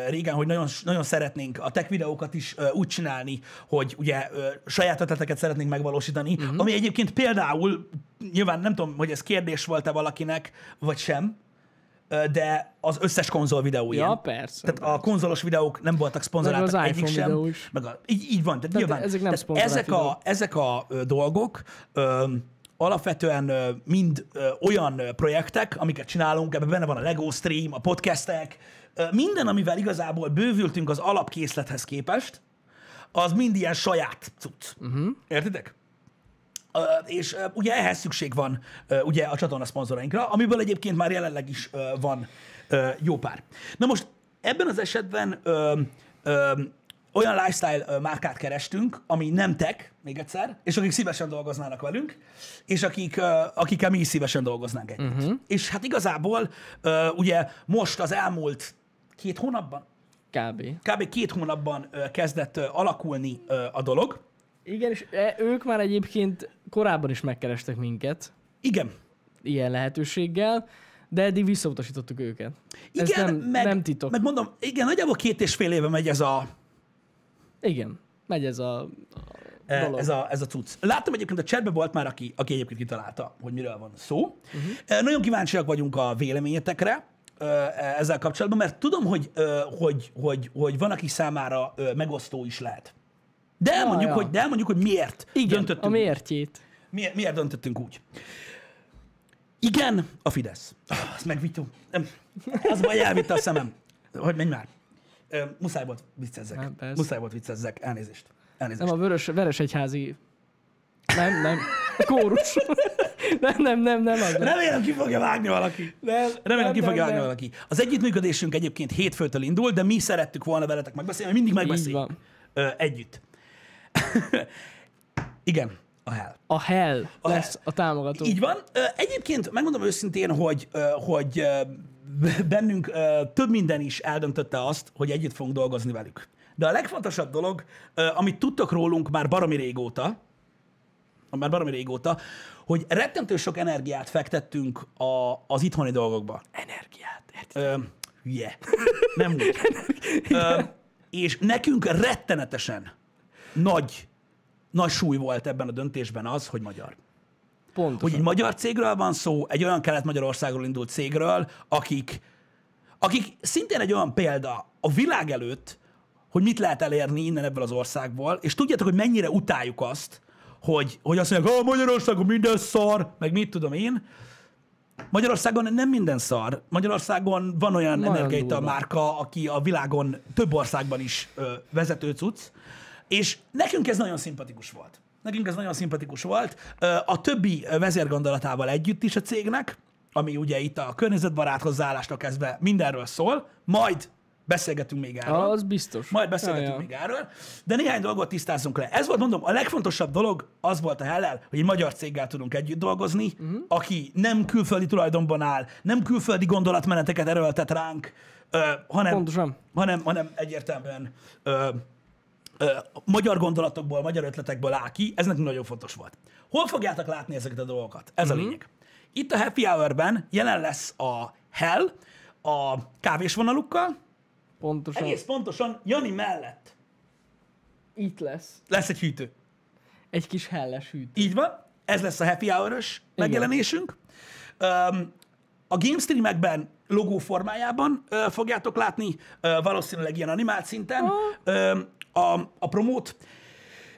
[SPEAKER 1] régen, hogy nagyon, nagyon szeretnénk a tech videókat is eh, úgy csinálni, hogy ugye eh, saját ötleteket szeretnénk megvalósítani,
[SPEAKER 2] Mhm.
[SPEAKER 1] uh-huh. ami egyébként például, nyilván nem tudom, hogy ez kérdés volt-e valakinek, vagy sem, eh, de az összes konzol videó ilyen.
[SPEAKER 2] Ja, persze.
[SPEAKER 1] Tehát a konzolos videók nem voltak szponzoráltak
[SPEAKER 2] Meg az
[SPEAKER 1] egyik
[SPEAKER 2] iPhone
[SPEAKER 1] sem.
[SPEAKER 2] videó is.
[SPEAKER 1] Meg a, így, így van, tehát, tehát nyilván.
[SPEAKER 2] ezek nem
[SPEAKER 1] tehát
[SPEAKER 2] szponzorált
[SPEAKER 1] ezek, a,
[SPEAKER 2] videók.
[SPEAKER 1] ezek a ö, dolgok ö, alapvetően ö, mind ö, olyan ö, projektek, amiket csinálunk, ebben benne van a Lego stream, a podcastek, ö, minden, amivel igazából bővültünk az alapkészlethez képest, az mind ilyen saját cucc.
[SPEAKER 2] Mhm.
[SPEAKER 1] Uh-huh. Értitek? Ö, és ö, ugye ehhez szükség van ö, ugye a csatorna szponzorainkra, amiből egyébként már jelenleg is ö, van ö, jó pár. Na most ebben az esetben ö, ö, olyan lifestyle ö, márkát kerestünk, ami nem tech, még egyszer, és akik szívesen dolgoznának velünk, és akik, ö, akikkel mi is szívesen dolgoznánk együtt. Uh-huh. És hát igazából ö, ugye most az elmúlt két hónapban,
[SPEAKER 2] Kb.
[SPEAKER 1] kb. két hónapban ö, kezdett ö, alakulni ö, a dolog.
[SPEAKER 2] Igen, és e- ők már egyébként korábban is megkerestek minket
[SPEAKER 1] Igen,
[SPEAKER 2] ilyen lehetőséggel, de eddig visszautasítottuk őket.
[SPEAKER 1] Igen,
[SPEAKER 2] Ez nem,
[SPEAKER 1] meg,
[SPEAKER 2] nem titok.
[SPEAKER 1] Meg mondom, igen, nagyjából két és fél éve megy ez a,
[SPEAKER 2] Igen, megy ez a, a dolog.
[SPEAKER 1] E, ez a, ez a cucc. Láttam egyébként a chatben volt már, aki, aki egyébként kitalálta, hogy miről van szó.
[SPEAKER 2] Mhm.
[SPEAKER 1] Uh-huh. Nagyon kíváncsiak vagyunk a véleményetekre ö, ezzel e, kapcsolatban, mert tudom, hogy, ö, hogy, hogy, hogy van, aki számára ö, megosztó is e, lehet. De elmondjuk,
[SPEAKER 2] Ah, ja.
[SPEAKER 1] hogy, de elmondjuk hogy miért
[SPEAKER 2] Igen,
[SPEAKER 1] döntöttünk.
[SPEAKER 2] a miértjét.
[SPEAKER 1] Miért, miért döntöttünk úgy? Igen, a Fidesz. Ah, Azt megvitom. Nem, Az baj, elvitte a szemem. Hogy menj már. Ö, Muszáj volt viccezzek.
[SPEAKER 2] Hát, persze.
[SPEAKER 1] Muszáj volt viccezzek. Elnézést. Elnézést.
[SPEAKER 2] Nem a vörös, veres egyházi... Nem, nem. Kórus. nem, nem, nem, nem. Az nem.
[SPEAKER 1] Remélem, ki fogja vágni valaki.
[SPEAKER 2] Nem,
[SPEAKER 1] Remélem,
[SPEAKER 2] nem,
[SPEAKER 1] ki
[SPEAKER 2] nem,
[SPEAKER 1] fogja vágni
[SPEAKER 2] nem.
[SPEAKER 1] valaki. Az együttműködésünk egyébként hétfőtől indul, de mi szerettük volna veletek megbeszélni, mert mindig megbeszéljük
[SPEAKER 2] van.
[SPEAKER 1] Ö, együtt. Igen, a hell.
[SPEAKER 2] A hell
[SPEAKER 1] A
[SPEAKER 2] lesz a támogató.
[SPEAKER 1] Így van. Ö, Egyébként megmondom őszintén, hogy, ö, hogy ö, bennünk ö, több minden is eldöntötte azt, hogy együtt fogunk dolgozni velük. De a legfontosabb dolog, ö, amit tudtok rólunk már baromi régóta, már baromi régóta, hogy rettentő sok energiát fektettünk a, az itthoni dolgokba.
[SPEAKER 2] Energiát. érted?
[SPEAKER 1] Ö, hülye. Nem úgy. Ö, és nekünk rettenetesen nagy, nagy súly volt ebben a döntésben az, hogy magyar. Hogy
[SPEAKER 2] Pontosan.
[SPEAKER 1] egy magyar cégről van szó, egy olyan kelet-magyarországról indult cégről, akik, akik szintén egy olyan példa a világ előtt, hogy mit lehet elérni innen ebből az országból, és tudjátok, hogy mennyire utáljuk azt, hogy, hogy azt mondják, a Magyarországon minden szar, meg mit tudom én. Magyarországon nem minden szar. Magyarországon van olyan
[SPEAKER 2] Nagyon
[SPEAKER 1] energiaital
[SPEAKER 2] durva.
[SPEAKER 1] márka, aki a világon több országban is ö, vezető cucc, és nekünk ez nagyon szimpatikus volt. Nekünk ez nagyon szimpatikus volt. Ö, A többi ö, vezérgondolatával együtt is a cégnek, ami ugye itt a környezetbarát hozzáállásnak kezdve mindenről szól, majd beszélgetünk még erről.
[SPEAKER 2] Az biztos.
[SPEAKER 1] Majd beszélgetünk
[SPEAKER 2] Ja, ja.
[SPEAKER 1] még erről, de néhány dolgot tisztázzunk le. Ez volt, mondom, a legfontosabb dolog az volt a hellel, hogy egy magyar céggel tudunk együtt dolgozni, uh-huh. aki nem külföldi tulajdonban áll, nem külföldi gondolatmeneteket erőltet ránk, ö, hanem,
[SPEAKER 2] Pontosan.
[SPEAKER 1] hanem, hanem egyértelműen ö, ö, magyar gondolatokból, magyar ötletekből áll ki, ez nekünk nagyon fontos volt. Hol fogjátok látni ezeket a dolgokat? Ez a lényeg. Itt a Happy Hour-ben jelen lesz a Hell a kávésvonalukkal,
[SPEAKER 2] Pontosan.
[SPEAKER 1] egész pontosan Jani mellett
[SPEAKER 2] Itt lesz
[SPEAKER 1] lesz egy hűtő.
[SPEAKER 2] egy kis helles hűt.
[SPEAKER 1] Így van, ez lesz a happy hour-ös megjelenésünk. Um, a game streamekben logó formájában ö, fogjátok látni, ö, valószínűleg ilyen animált szinten ö, a, a promót,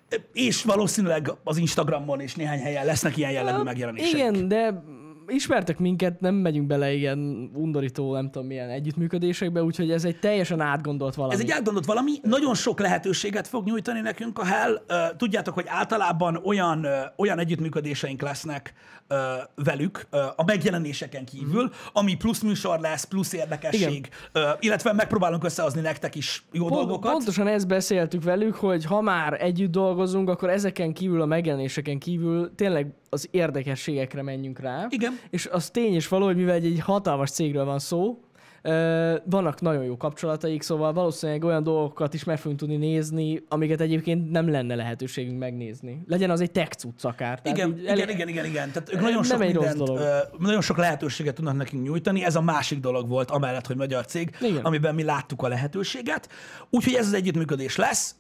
[SPEAKER 1] ö, és valószínűleg az Instagramon és néhány helyen lesznek ilyen jellegű megjelenések.
[SPEAKER 2] Igen, de ismertek minket, nem megyünk bele ilyen undorító, nem tudom milyen együttműködésekbe, úgyhogy ez egy teljesen átgondolt valami.
[SPEAKER 1] Ez egy átgondolt valami, nagyon sok lehetőséget fog nyújtani nekünk a Hell. Ö, Tudjátok, hogy általában olyan, ö, olyan együttműködéseink lesznek ö, velük ö, a megjelenéseken kívül, ami plusz műsor lesz, plusz érdekesség, ö, illetve megpróbálunk összehozni nektek is jó
[SPEAKER 2] Pont-
[SPEAKER 1] dolgokat.
[SPEAKER 2] Pontosan ezt beszéltük velük, hogy ha már együtt dolgozunk, akkor ezeken kívül, a megjelenéseken kívül tényleg az érdekességekre menjünk rá.
[SPEAKER 1] Igen.
[SPEAKER 2] És az tény is való, hogy mivel egy, egy hatalmas cégről van szó, ö, vannak nagyon jó kapcsolataik, szóval valószínűleg olyan dolgokat is meg fogunk tudni nézni, amiket egyébként nem lenne lehetőségünk megnézni. Legyen az egy tech cucc akár. Tehát
[SPEAKER 1] Igen,
[SPEAKER 2] így
[SPEAKER 1] igen, igen, igen, igen, Tehát ők nagyon
[SPEAKER 2] Nem
[SPEAKER 1] sok,
[SPEAKER 2] egy rossz
[SPEAKER 1] mindent,
[SPEAKER 2] dolog.
[SPEAKER 1] ö, nagyon sok lehetőséget tudnak nekünk nyújtani. Ez a másik dolog volt, amellett, hogy magyar cég,
[SPEAKER 2] Igen.
[SPEAKER 1] amiben mi láttuk a lehetőséget. Úgyhogy ez az együttműködés lesz.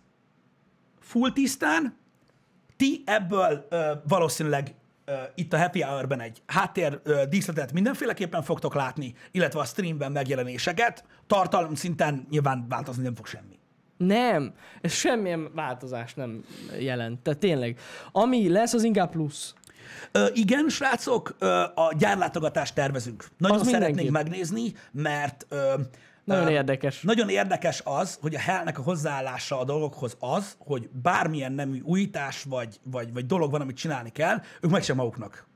[SPEAKER 1] Full tisztán. Ti ebből ö, valószínűleg ö, itt a Happy Hour-ben egy háttér ö, díszletet mindenféleképpen fogtok látni, illetve a streamben megjelenéseket. Tartalom szinten nyilván változni nem fog semmi.
[SPEAKER 2] Nem, ez semmilyen változás nem jelent. Tehát tényleg, ami lesz, az inkább plusz.
[SPEAKER 1] Ö, igen, srácok, ö, a gyárlátogatást tervezünk. Nagyon
[SPEAKER 2] Az
[SPEAKER 1] szeretnénk
[SPEAKER 2] mindenképp.
[SPEAKER 1] megnézni, mert ö,
[SPEAKER 2] Nagyon
[SPEAKER 1] ö,
[SPEAKER 2] érdekes.
[SPEAKER 1] nagyon érdekes az, hogy a Hellnek a hozzáállása a dolgokhoz az, hogy bármilyen nemű újítás vagy, vagy, vagy dolog van, amit csinálni kell, ők meg sem maguknak.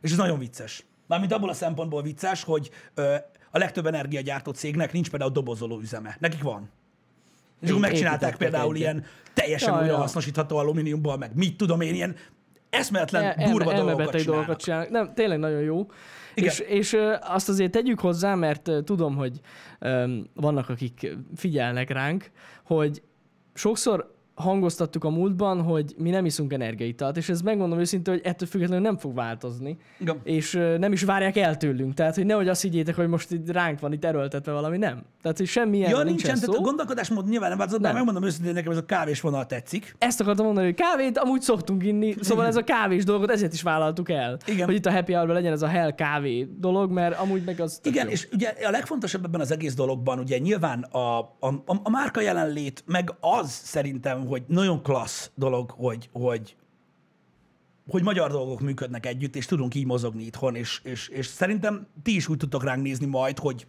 [SPEAKER 1] És ez nagyon vicces. Mármint abból a szempontból vicces, hogy ö, a legtöbb energiagyártó cégnek nincs például dobozoló üzeme. Nekik van. És akkor
[SPEAKER 2] Így
[SPEAKER 1] megcsinálták
[SPEAKER 2] építettek
[SPEAKER 1] például
[SPEAKER 2] egyet.
[SPEAKER 1] ilyen teljesen
[SPEAKER 2] Ja, ja.
[SPEAKER 1] újrahasznosítható alumíniumból, meg mit tudom én, ilyen eszméletlen
[SPEAKER 2] El- elme-
[SPEAKER 1] durva dolgokat
[SPEAKER 2] elmebeteg
[SPEAKER 1] csinálnak.
[SPEAKER 2] csinálnak. Nem, tényleg nagyon jó.
[SPEAKER 1] Igen.
[SPEAKER 2] És, és ö, azt azért tegyük hozzá, mert ö, tudom, hogy öm, vannak, akik figyelnek ránk, hogy sokszor hangoztattuk a múltban, hogy mi nem iszunk energiaitalt, és ez megmondom őszintén, hogy ettől függetlenül nem fog változni.
[SPEAKER 1] Igen.
[SPEAKER 2] És ö, nem is várják el tőlünk. Tehát, hogy nehogy azt higgyétek, hogy most itt ránk van itt erőltetve valami, nem. Tehát, hogy semmilyen
[SPEAKER 1] Ja,
[SPEAKER 2] nincsen,
[SPEAKER 1] nincsen,
[SPEAKER 2] szó.
[SPEAKER 1] tehát a gondolkodásmód nyilván nem változott, de
[SPEAKER 2] Nem.
[SPEAKER 1] megmondom őszintén, nekem ez a kávésvonal tetszik.
[SPEAKER 2] ezt akartam mondani, hogy kávét amúgy szoktunk inni, szóval ez a kávés dolgot ezért is vállaltuk el.
[SPEAKER 1] Igen.
[SPEAKER 2] Hogy itt a happy hour legyen ez a hell kávé dolog, mert amúgy meg az... tök
[SPEAKER 1] Igen,
[SPEAKER 2] jó.
[SPEAKER 1] és ugye a legfontosabb ebben az egész dologban, ugye nyilván a, a, a, a márka jelenlét, meg az szerintem, szerintem, hogy nagyon klassz dolog, hogy, hogy, hogy magyar dolgok működnek együtt, és tudunk így mozogni itthon, és, és, és szerintem ti is úgy tudtok ránk nézni majd, hogy,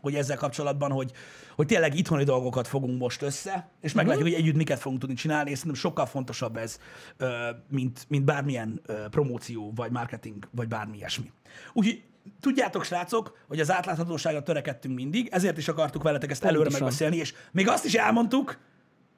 [SPEAKER 1] hogy ezzel kapcsolatban, hogy, hogy tényleg itthoni dolgokat fogunk most össze, és
[SPEAKER 2] Mhm.
[SPEAKER 1] meglátjuk, hogy együtt miket fogunk tudni csinálni, és szerintem sokkal fontosabb ez, ö, mint, mint bármilyen ö, promóció, vagy marketing, vagy bármi ilyesmi. Úgyhogy tudjátok, srácok, hogy az átláthatóságra törekedtünk mindig, ezért is akartuk veletek ezt előre
[SPEAKER 2] Pontosan.
[SPEAKER 1] megbeszélni, és még azt is elmondtuk,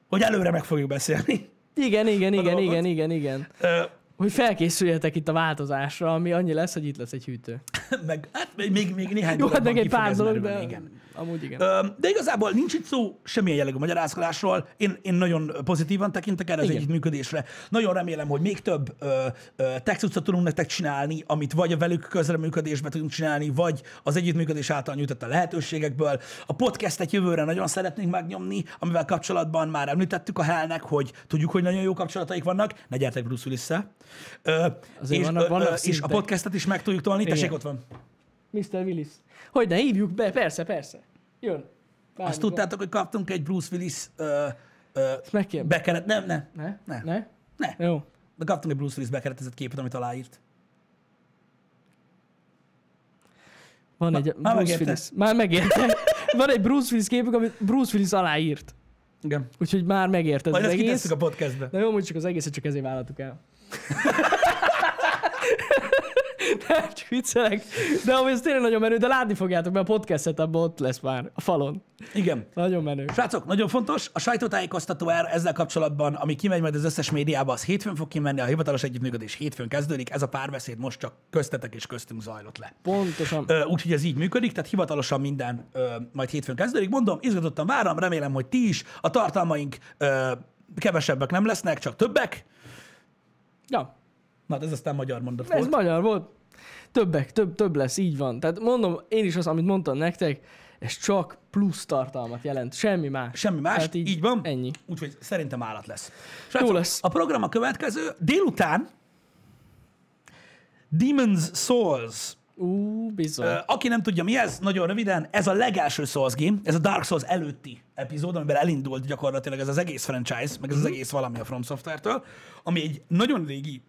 [SPEAKER 1] hogy előre meg fogjuk beszélni.
[SPEAKER 2] Igen, igen, igen,
[SPEAKER 1] dolgot.
[SPEAKER 2] igen, igen, igen.
[SPEAKER 1] Ö,
[SPEAKER 2] Hogy felkészüljetek itt a változásra, ami annyi lesz, hogy itt lesz egy hűtő.
[SPEAKER 1] meg, hát még, még néhány
[SPEAKER 2] Jó,
[SPEAKER 1] dologban
[SPEAKER 2] hát meg egy
[SPEAKER 1] ki fog
[SPEAKER 2] pár
[SPEAKER 1] ez
[SPEAKER 2] dolog,
[SPEAKER 1] merülni,
[SPEAKER 2] de
[SPEAKER 1] igen.
[SPEAKER 2] amúgy igen.
[SPEAKER 1] Ö, De igazából nincs itt szó semmilyen jellegű magyarázkodásról. Én, én nagyon pozitívan tekintek erre az
[SPEAKER 2] Igen.
[SPEAKER 1] együttműködésre. Nagyon remélem, hogy még több ö, ö, tech cuccot tudunk nektek csinálni, amit vagy velük közreműködésben tudunk csinálni, vagy az együttműködés által nyújtott a lehetőségekből. A podcastet jövőre nagyon szeretnénk megnyomni, amivel kapcsolatban már említettük a Helnek, hogy tudjuk, hogy nagyon jó kapcsolataik vannak. Ne gyertek Bruce willis
[SPEAKER 2] Azért vannak- vannak
[SPEAKER 1] és a
[SPEAKER 2] szintek.
[SPEAKER 1] podcastet is meg tudjuk tolni. Tessék, ott van.
[SPEAKER 2] Mr. Willis. Hogy ne hívjuk be? Persze, persze. Jön. Bármikor.
[SPEAKER 1] Azt tudtátok, hogy kaptunk egy Bruce Willis ö, ö,
[SPEAKER 2] megkérem.
[SPEAKER 1] bekeret, nem, nem,
[SPEAKER 2] Ne?
[SPEAKER 1] Ne.
[SPEAKER 2] Ne? ne?
[SPEAKER 1] ne.
[SPEAKER 2] Jó.
[SPEAKER 1] De kaptunk egy Bruce Willis bekeretezett képet, amit aláírt.
[SPEAKER 2] Van egy
[SPEAKER 1] már
[SPEAKER 2] Bruce
[SPEAKER 1] megérte.
[SPEAKER 2] Willis. Már megérte. Van egy Bruce Willis képük, amit Bruce Willis aláírt.
[SPEAKER 1] Igen.
[SPEAKER 2] Úgyhogy már megérted
[SPEAKER 1] Majd
[SPEAKER 2] az
[SPEAKER 1] ezt
[SPEAKER 2] egész.
[SPEAKER 1] kitesszük a podcastbe.
[SPEAKER 2] Na jó, mondjuk csak az egészet csak ezért vállaltuk el. Nem, csak viccelek. De amúgy ez tényleg nagyon menő, de látni fogjátok, mert a podcastet abban ott lesz már a falon.
[SPEAKER 1] Igen.
[SPEAKER 2] Nagyon menő.
[SPEAKER 1] Srácok, nagyon fontos, a sajtótájékoztató er ezzel kapcsolatban, ami kimegy majd az összes médiába, az hétfőn fog kimenni, a hivatalos együttműködés hétfőn kezdődik, ez a párbeszéd most csak köztetek és köztünk zajlott le.
[SPEAKER 2] Pontosan.
[SPEAKER 1] Ö, Úgyhogy ez így működik, tehát hivatalosan minden ö, majd hétfőn kezdődik. Mondom, izgatottan várom, remélem, hogy ti is. A tartalmaink ö, kevesebbek nem lesznek, csak többek.
[SPEAKER 2] Ja,
[SPEAKER 1] Na, hát ez aztán magyar mondat
[SPEAKER 2] ez
[SPEAKER 1] volt.
[SPEAKER 2] magyar volt. Többek, több, több lesz, így van. Tehát mondom, én is azt, amit mondtam nektek, ez csak plusz tartalmat jelent, semmi más.
[SPEAKER 1] Semmi más,
[SPEAKER 2] Tehát
[SPEAKER 1] így, így van.
[SPEAKER 2] Hát Ennyi.
[SPEAKER 1] Úgyhogy szerintem állat lesz.
[SPEAKER 2] Jó lesz.
[SPEAKER 1] A program a következő. Délután Demon's Souls.
[SPEAKER 2] Ú, bizony.
[SPEAKER 1] Ö, Aki nem tudja, mi ez, nagyon röviden, ez a legelső Souls game, ez a Dark Souls előtti epizód, amiben elindult gyakorlatilag ez az egész franchise, meg ez az egész valami a From Software-től, ami egy nagyon régi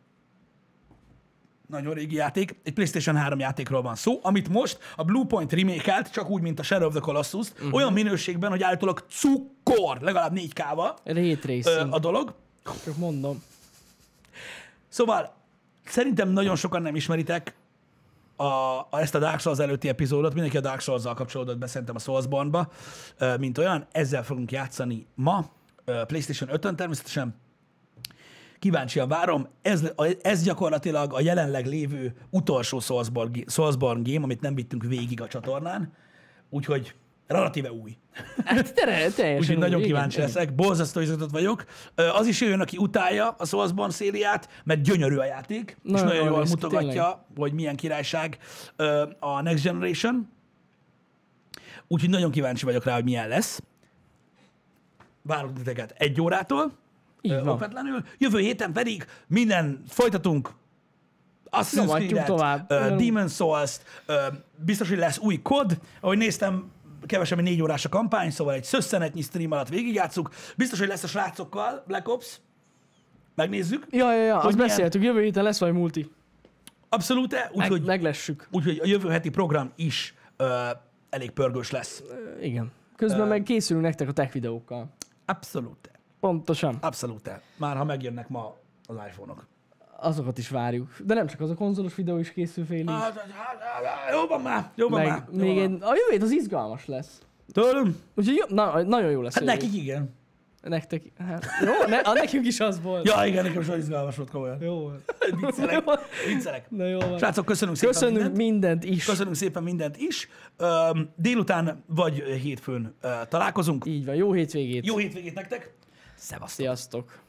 [SPEAKER 1] nagyon régi játék, egy PlayStation 3 játékról van szó, amit most a Bluepoint remékelt, csak úgy, mint a Shadow of the Colossus, uh-huh. olyan minőségben, hogy állítólag cukor, legalább 4K-val
[SPEAKER 2] Rate
[SPEAKER 1] ö,
[SPEAKER 2] Racing,
[SPEAKER 1] a dolog.
[SPEAKER 2] csak mondom.
[SPEAKER 1] Szóval szerintem nagyon sokan nem ismeritek a, a, ezt a Dark Souls előtti epizódot, mindenki a Dark Souls-zal kapcsolódott be szerintem a Soulsborne-ba, ö, mint olyan. Ezzel fogunk játszani ma, ö, PlayStation 5-ön természetesen. Kíváncsian várom. Ez, a- ez gyakorlatilag a jelenleg lévő utolsó Soulsborne Soulsborne game, amit nem vittünk végig a csatornán, úgyhogy relatíve új.
[SPEAKER 2] Hát tere, teljesen
[SPEAKER 1] Úgyhogy
[SPEAKER 2] úgy,
[SPEAKER 1] nagyon
[SPEAKER 2] igen,
[SPEAKER 1] kíváncsi
[SPEAKER 2] igen.
[SPEAKER 1] leszek, borzasztó izgatott vagyok. Ö, Az is jöjjön, aki utálja a Soulsborne szériát, mert gyönyörű a játék, nagyon és
[SPEAKER 2] Nagyon
[SPEAKER 1] nagyon
[SPEAKER 2] jól
[SPEAKER 1] jól
[SPEAKER 2] néz ki,
[SPEAKER 1] mutogatja,
[SPEAKER 2] tényleg.
[SPEAKER 1] hogy milyen királyság ö, a Next Generation. Úgyhogy nagyon kíváncsi vagyok rá, hogy milyen lesz. Várok titeket egy órától.
[SPEAKER 2] Így
[SPEAKER 1] ö,
[SPEAKER 2] van.
[SPEAKER 1] Okvetlenül. Jövő héten pedig minden folytatunk Assassin's
[SPEAKER 2] Nyomatjuk
[SPEAKER 1] Creed-et,
[SPEAKER 2] tovább.
[SPEAKER 1] ö,
[SPEAKER 2] Nagyon-
[SPEAKER 1] Demon's Souls-t, ö, biztos, hogy lesz új kod. Ahogy néztem, kevesebb, mint négy órás a kampány, szóval egy szösszenetnyi stream alatt végigjátszuk. Biztos, hogy lesz a srácokkal Black Ops. Megnézzük.
[SPEAKER 2] Ja, ja, ja, azt
[SPEAKER 1] milyen-
[SPEAKER 2] beszéltük, jövő héten lesz valami multi.
[SPEAKER 1] Abszolút-e?
[SPEAKER 2] Meg,
[SPEAKER 1] Úgyhogy
[SPEAKER 2] Meglessük.
[SPEAKER 1] úgyhogy a jövő heti program is ö, elég pörgős lesz.
[SPEAKER 2] Ö, Igen. Közben meg készülünk nektek a tech videókkal.
[SPEAKER 1] Abszolút-e?
[SPEAKER 2] Pontosan.
[SPEAKER 1] Abszolút-e? Már ha megjönnek ma az iPhone-ok.
[SPEAKER 2] Azokat is várjuk. De nem csak az a konzolos videó is készül félig.
[SPEAKER 1] Hát, hát, hát, hát, Jó van már, jó van már.
[SPEAKER 2] Meg
[SPEAKER 1] jó
[SPEAKER 2] még
[SPEAKER 1] van
[SPEAKER 2] egy, a jövő hét az izgalmas lesz.
[SPEAKER 1] már. Tőlem?
[SPEAKER 2] Úgyhogy jó, na, nagyon jó lesz.
[SPEAKER 1] Hát
[SPEAKER 2] jövő
[SPEAKER 1] nekik igen.
[SPEAKER 2] hét. Nektek. Hát, jó, ne, a nekünk is az volt.
[SPEAKER 1] Ja, igen, nekem soha izgalmas volt komolyan.
[SPEAKER 2] Jó volt.
[SPEAKER 1] Viccelek, viccelek.
[SPEAKER 2] Na jó van.
[SPEAKER 1] Srácok, köszönünk szépen
[SPEAKER 2] Köszönünk
[SPEAKER 1] mindent.
[SPEAKER 2] mindent is.
[SPEAKER 1] Köszönünk szépen mindent is. Öm, Délután vagy hétfőn ö, találkozunk.
[SPEAKER 2] Így van, jó hétvégét.
[SPEAKER 1] Jó hétvégét nektek! Szevasztok!
[SPEAKER 2] Sziasztok.